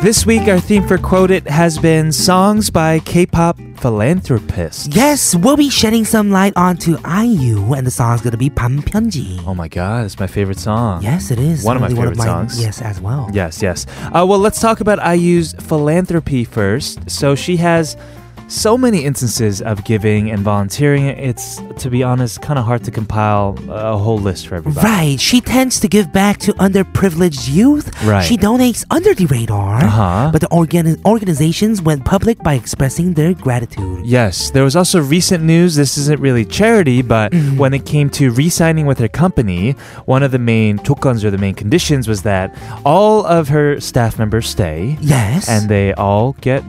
Speaker 2: This week, our theme for Quote It has been songs by K pop philanthropists.
Speaker 1: Yes, we'll be shedding some light onto IU, and the song's gonna be 반편지.
Speaker 2: Oh my god, it's my favorite song.
Speaker 1: Yes, it is.
Speaker 2: One of my
Speaker 1: Really
Speaker 2: favorite songs.
Speaker 1: Yes, as well.
Speaker 2: Yes, yes. Uh, well, let's talk about IU's philanthropy first. So she has so many instances of giving and volunteering. It's, to be honest, kind of hard to compile a whole list for everybody.
Speaker 1: Right. She tends to give back to underprivileged youth.
Speaker 2: Right.
Speaker 1: She donates under the radar.
Speaker 2: Uh-huh.
Speaker 1: But the organi- organizations went public by expressing their gratitude.
Speaker 2: Yes, there was also recent news. This isn't really charity, but
Speaker 1: Mm-hmm.
Speaker 2: when it came to re signing with her company, one of the main tokens or the main conditions was that all of her staff members stay
Speaker 1: Yes.
Speaker 2: and they all get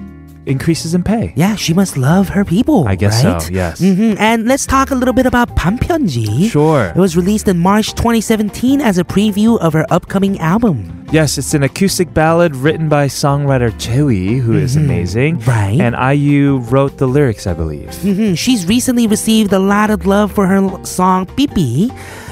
Speaker 2: increases in pay.
Speaker 1: yeah, she must love her people.
Speaker 2: I guess
Speaker 1: right?
Speaker 2: so, yes.
Speaker 1: hmm And let's talk a little bit about 반편지.
Speaker 2: Sure.
Speaker 1: It was released in March 2017 as a preview of her upcoming album.
Speaker 2: Yes, it's an acoustic ballad written by songwriter Chewi, who is amazing.
Speaker 1: Right.
Speaker 2: And IU wrote the lyrics, I believe.
Speaker 1: hmm She's recently received a lot of love for her l- song Pipi.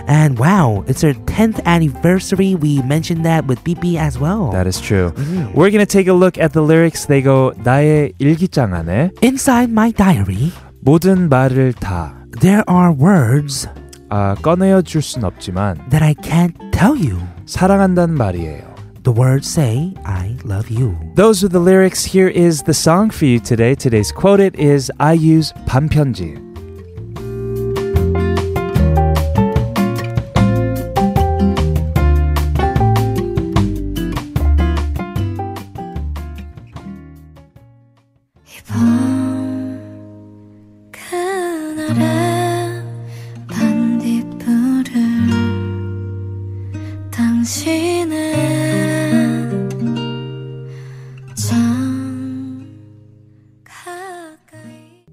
Speaker 1: And wow, it's her 10th anniversary. We mentioned that with Pipi as well.
Speaker 2: That is true. We're going to take a look at the lyrics. They go, 나의 일기장 안에
Speaker 1: Inside my diary,
Speaker 2: 모든 말을 다
Speaker 1: there are words
Speaker 2: 아, 꺼내어 줄 순 없지만
Speaker 1: that I can't tell you.
Speaker 2: 사랑한다는 말이에요.
Speaker 1: The words say, I love you.
Speaker 2: Those are the lyrics. Here is the song for you today. Today's quote it is IU's 반편지.
Speaker 3: 밤 그날의 반딧불을 당신은 참 가까이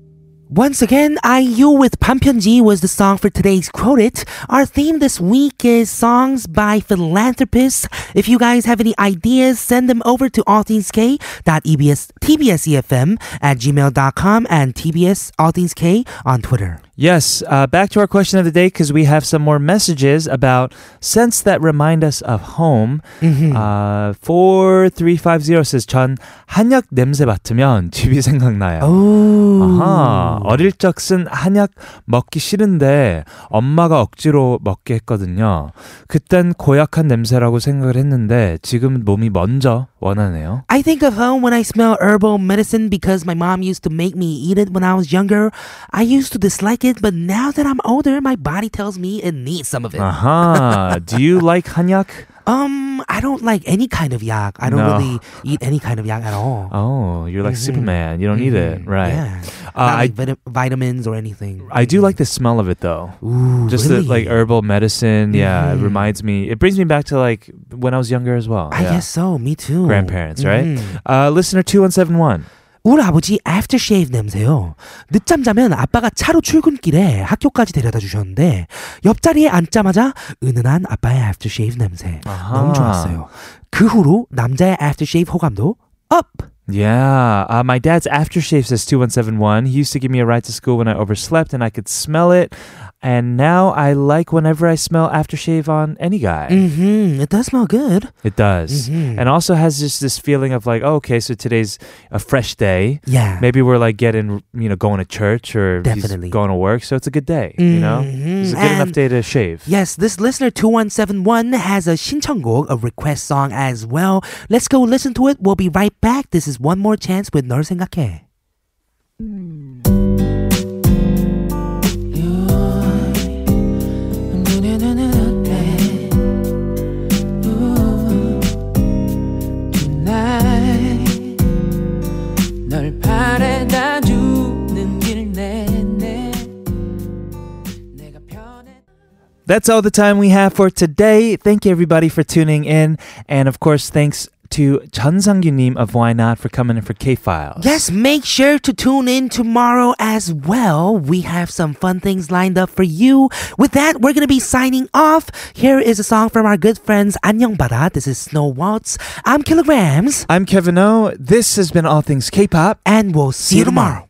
Speaker 1: Once again, IU with 반편지 was the song for today's Quote It. Our theme this week is songs by philanthropists. If you guys have any ideas, send them over to E allthingsk.tbsefm E at gmail.com and tbs allthingsk on Twitter.
Speaker 2: Yes, uh, back to our question of the day because we have some more messages about scents that remind us of home. Uh, 4350 says, 전 한약 냄새 맡으면 집이 생각나요. 아하, 어릴 적 쓴 한약 먹기 싫은데 엄마가 억지로 먹게 했거든요. 그땐 고약한 냄새라고 생각을 했는데 지금 몸이 먼저 원하네요.
Speaker 1: I think of home when I smell herbal medicine because my mom used to make me eat it when I was younger. I used to dislike it, but now that I'm older, my body tells me it needs some of it.
Speaker 2: 아하, do you like 한약?
Speaker 1: Um, I don't like any kind of yak. I don't
Speaker 2: No.
Speaker 1: really eat any kind of yak at all. Mm-hmm.
Speaker 2: Oh, you're like Superman. You don't need it, right?
Speaker 1: Yeah.
Speaker 2: Uh,
Speaker 1: Not
Speaker 2: I-
Speaker 1: like vit- vitamins or anything.
Speaker 2: I do like the smell of it though.
Speaker 1: Ooh,
Speaker 2: Just
Speaker 1: really? Mm-hmm.
Speaker 2: the, like er, herbal medicine. Yeah, it reminds me. It brings me back to like when I was younger as well.
Speaker 1: I
Speaker 2: oh, yeah.
Speaker 1: guess so. Me too.
Speaker 2: Grandparents, right?
Speaker 1: Mm.
Speaker 2: Uh, listener 2171.
Speaker 1: 우리 아버지 애프터쉐이브 냄새요. 늦잠 자면 아빠가 차로 출근길에 학교까지 데려다 주셨는데 옆자리에 앉자마자 은은한 아빠의 애프터쉐이브 냄새
Speaker 2: 아하.
Speaker 1: 너무 좋았어요. 그 후로 남자의 애프터쉐이브 호감도 업.
Speaker 2: Yeah. Uh, my dad's aftershave says 2171. He used to give me a ride to school when I overslept and I could smell it. And now I like whenever I smell aftershave on any guy.
Speaker 1: Mm-hmm. It does smell good.
Speaker 2: It does.
Speaker 1: Mhm.
Speaker 2: And uh, also has just this feeling of like, oh, okay, so today's a fresh day.
Speaker 1: Yeah.
Speaker 2: Maybe we're like getting, you know, going to church or he's
Speaker 1: Definitely.
Speaker 2: going to work. So it's a good day, you know?
Speaker 1: Mhm.
Speaker 2: It's a good enough
Speaker 1: And-
Speaker 2: day to shave.
Speaker 1: Yes, this listener 2171 has a 신청곡, a request song as well. Let's go listen to it. We'll be right back. This is One More Chance with 널 생각해.
Speaker 2: That's all the time we have for today. Thank you, everybody, for tuning in. And of course, thanks to Chun Sang-yunim of Why Not for coming in for K-Files.
Speaker 1: Yes, make sure to tune in tomorrow as well. We have some fun things lined up for you. With that, we're going to be signing off. Here is a song from our good friends 안녕 바다. This is Snow Waltz. I'm Kilograms,
Speaker 2: I'm Kevin O. This has been All Things K-Pop.
Speaker 1: and we'll see you tomorrow.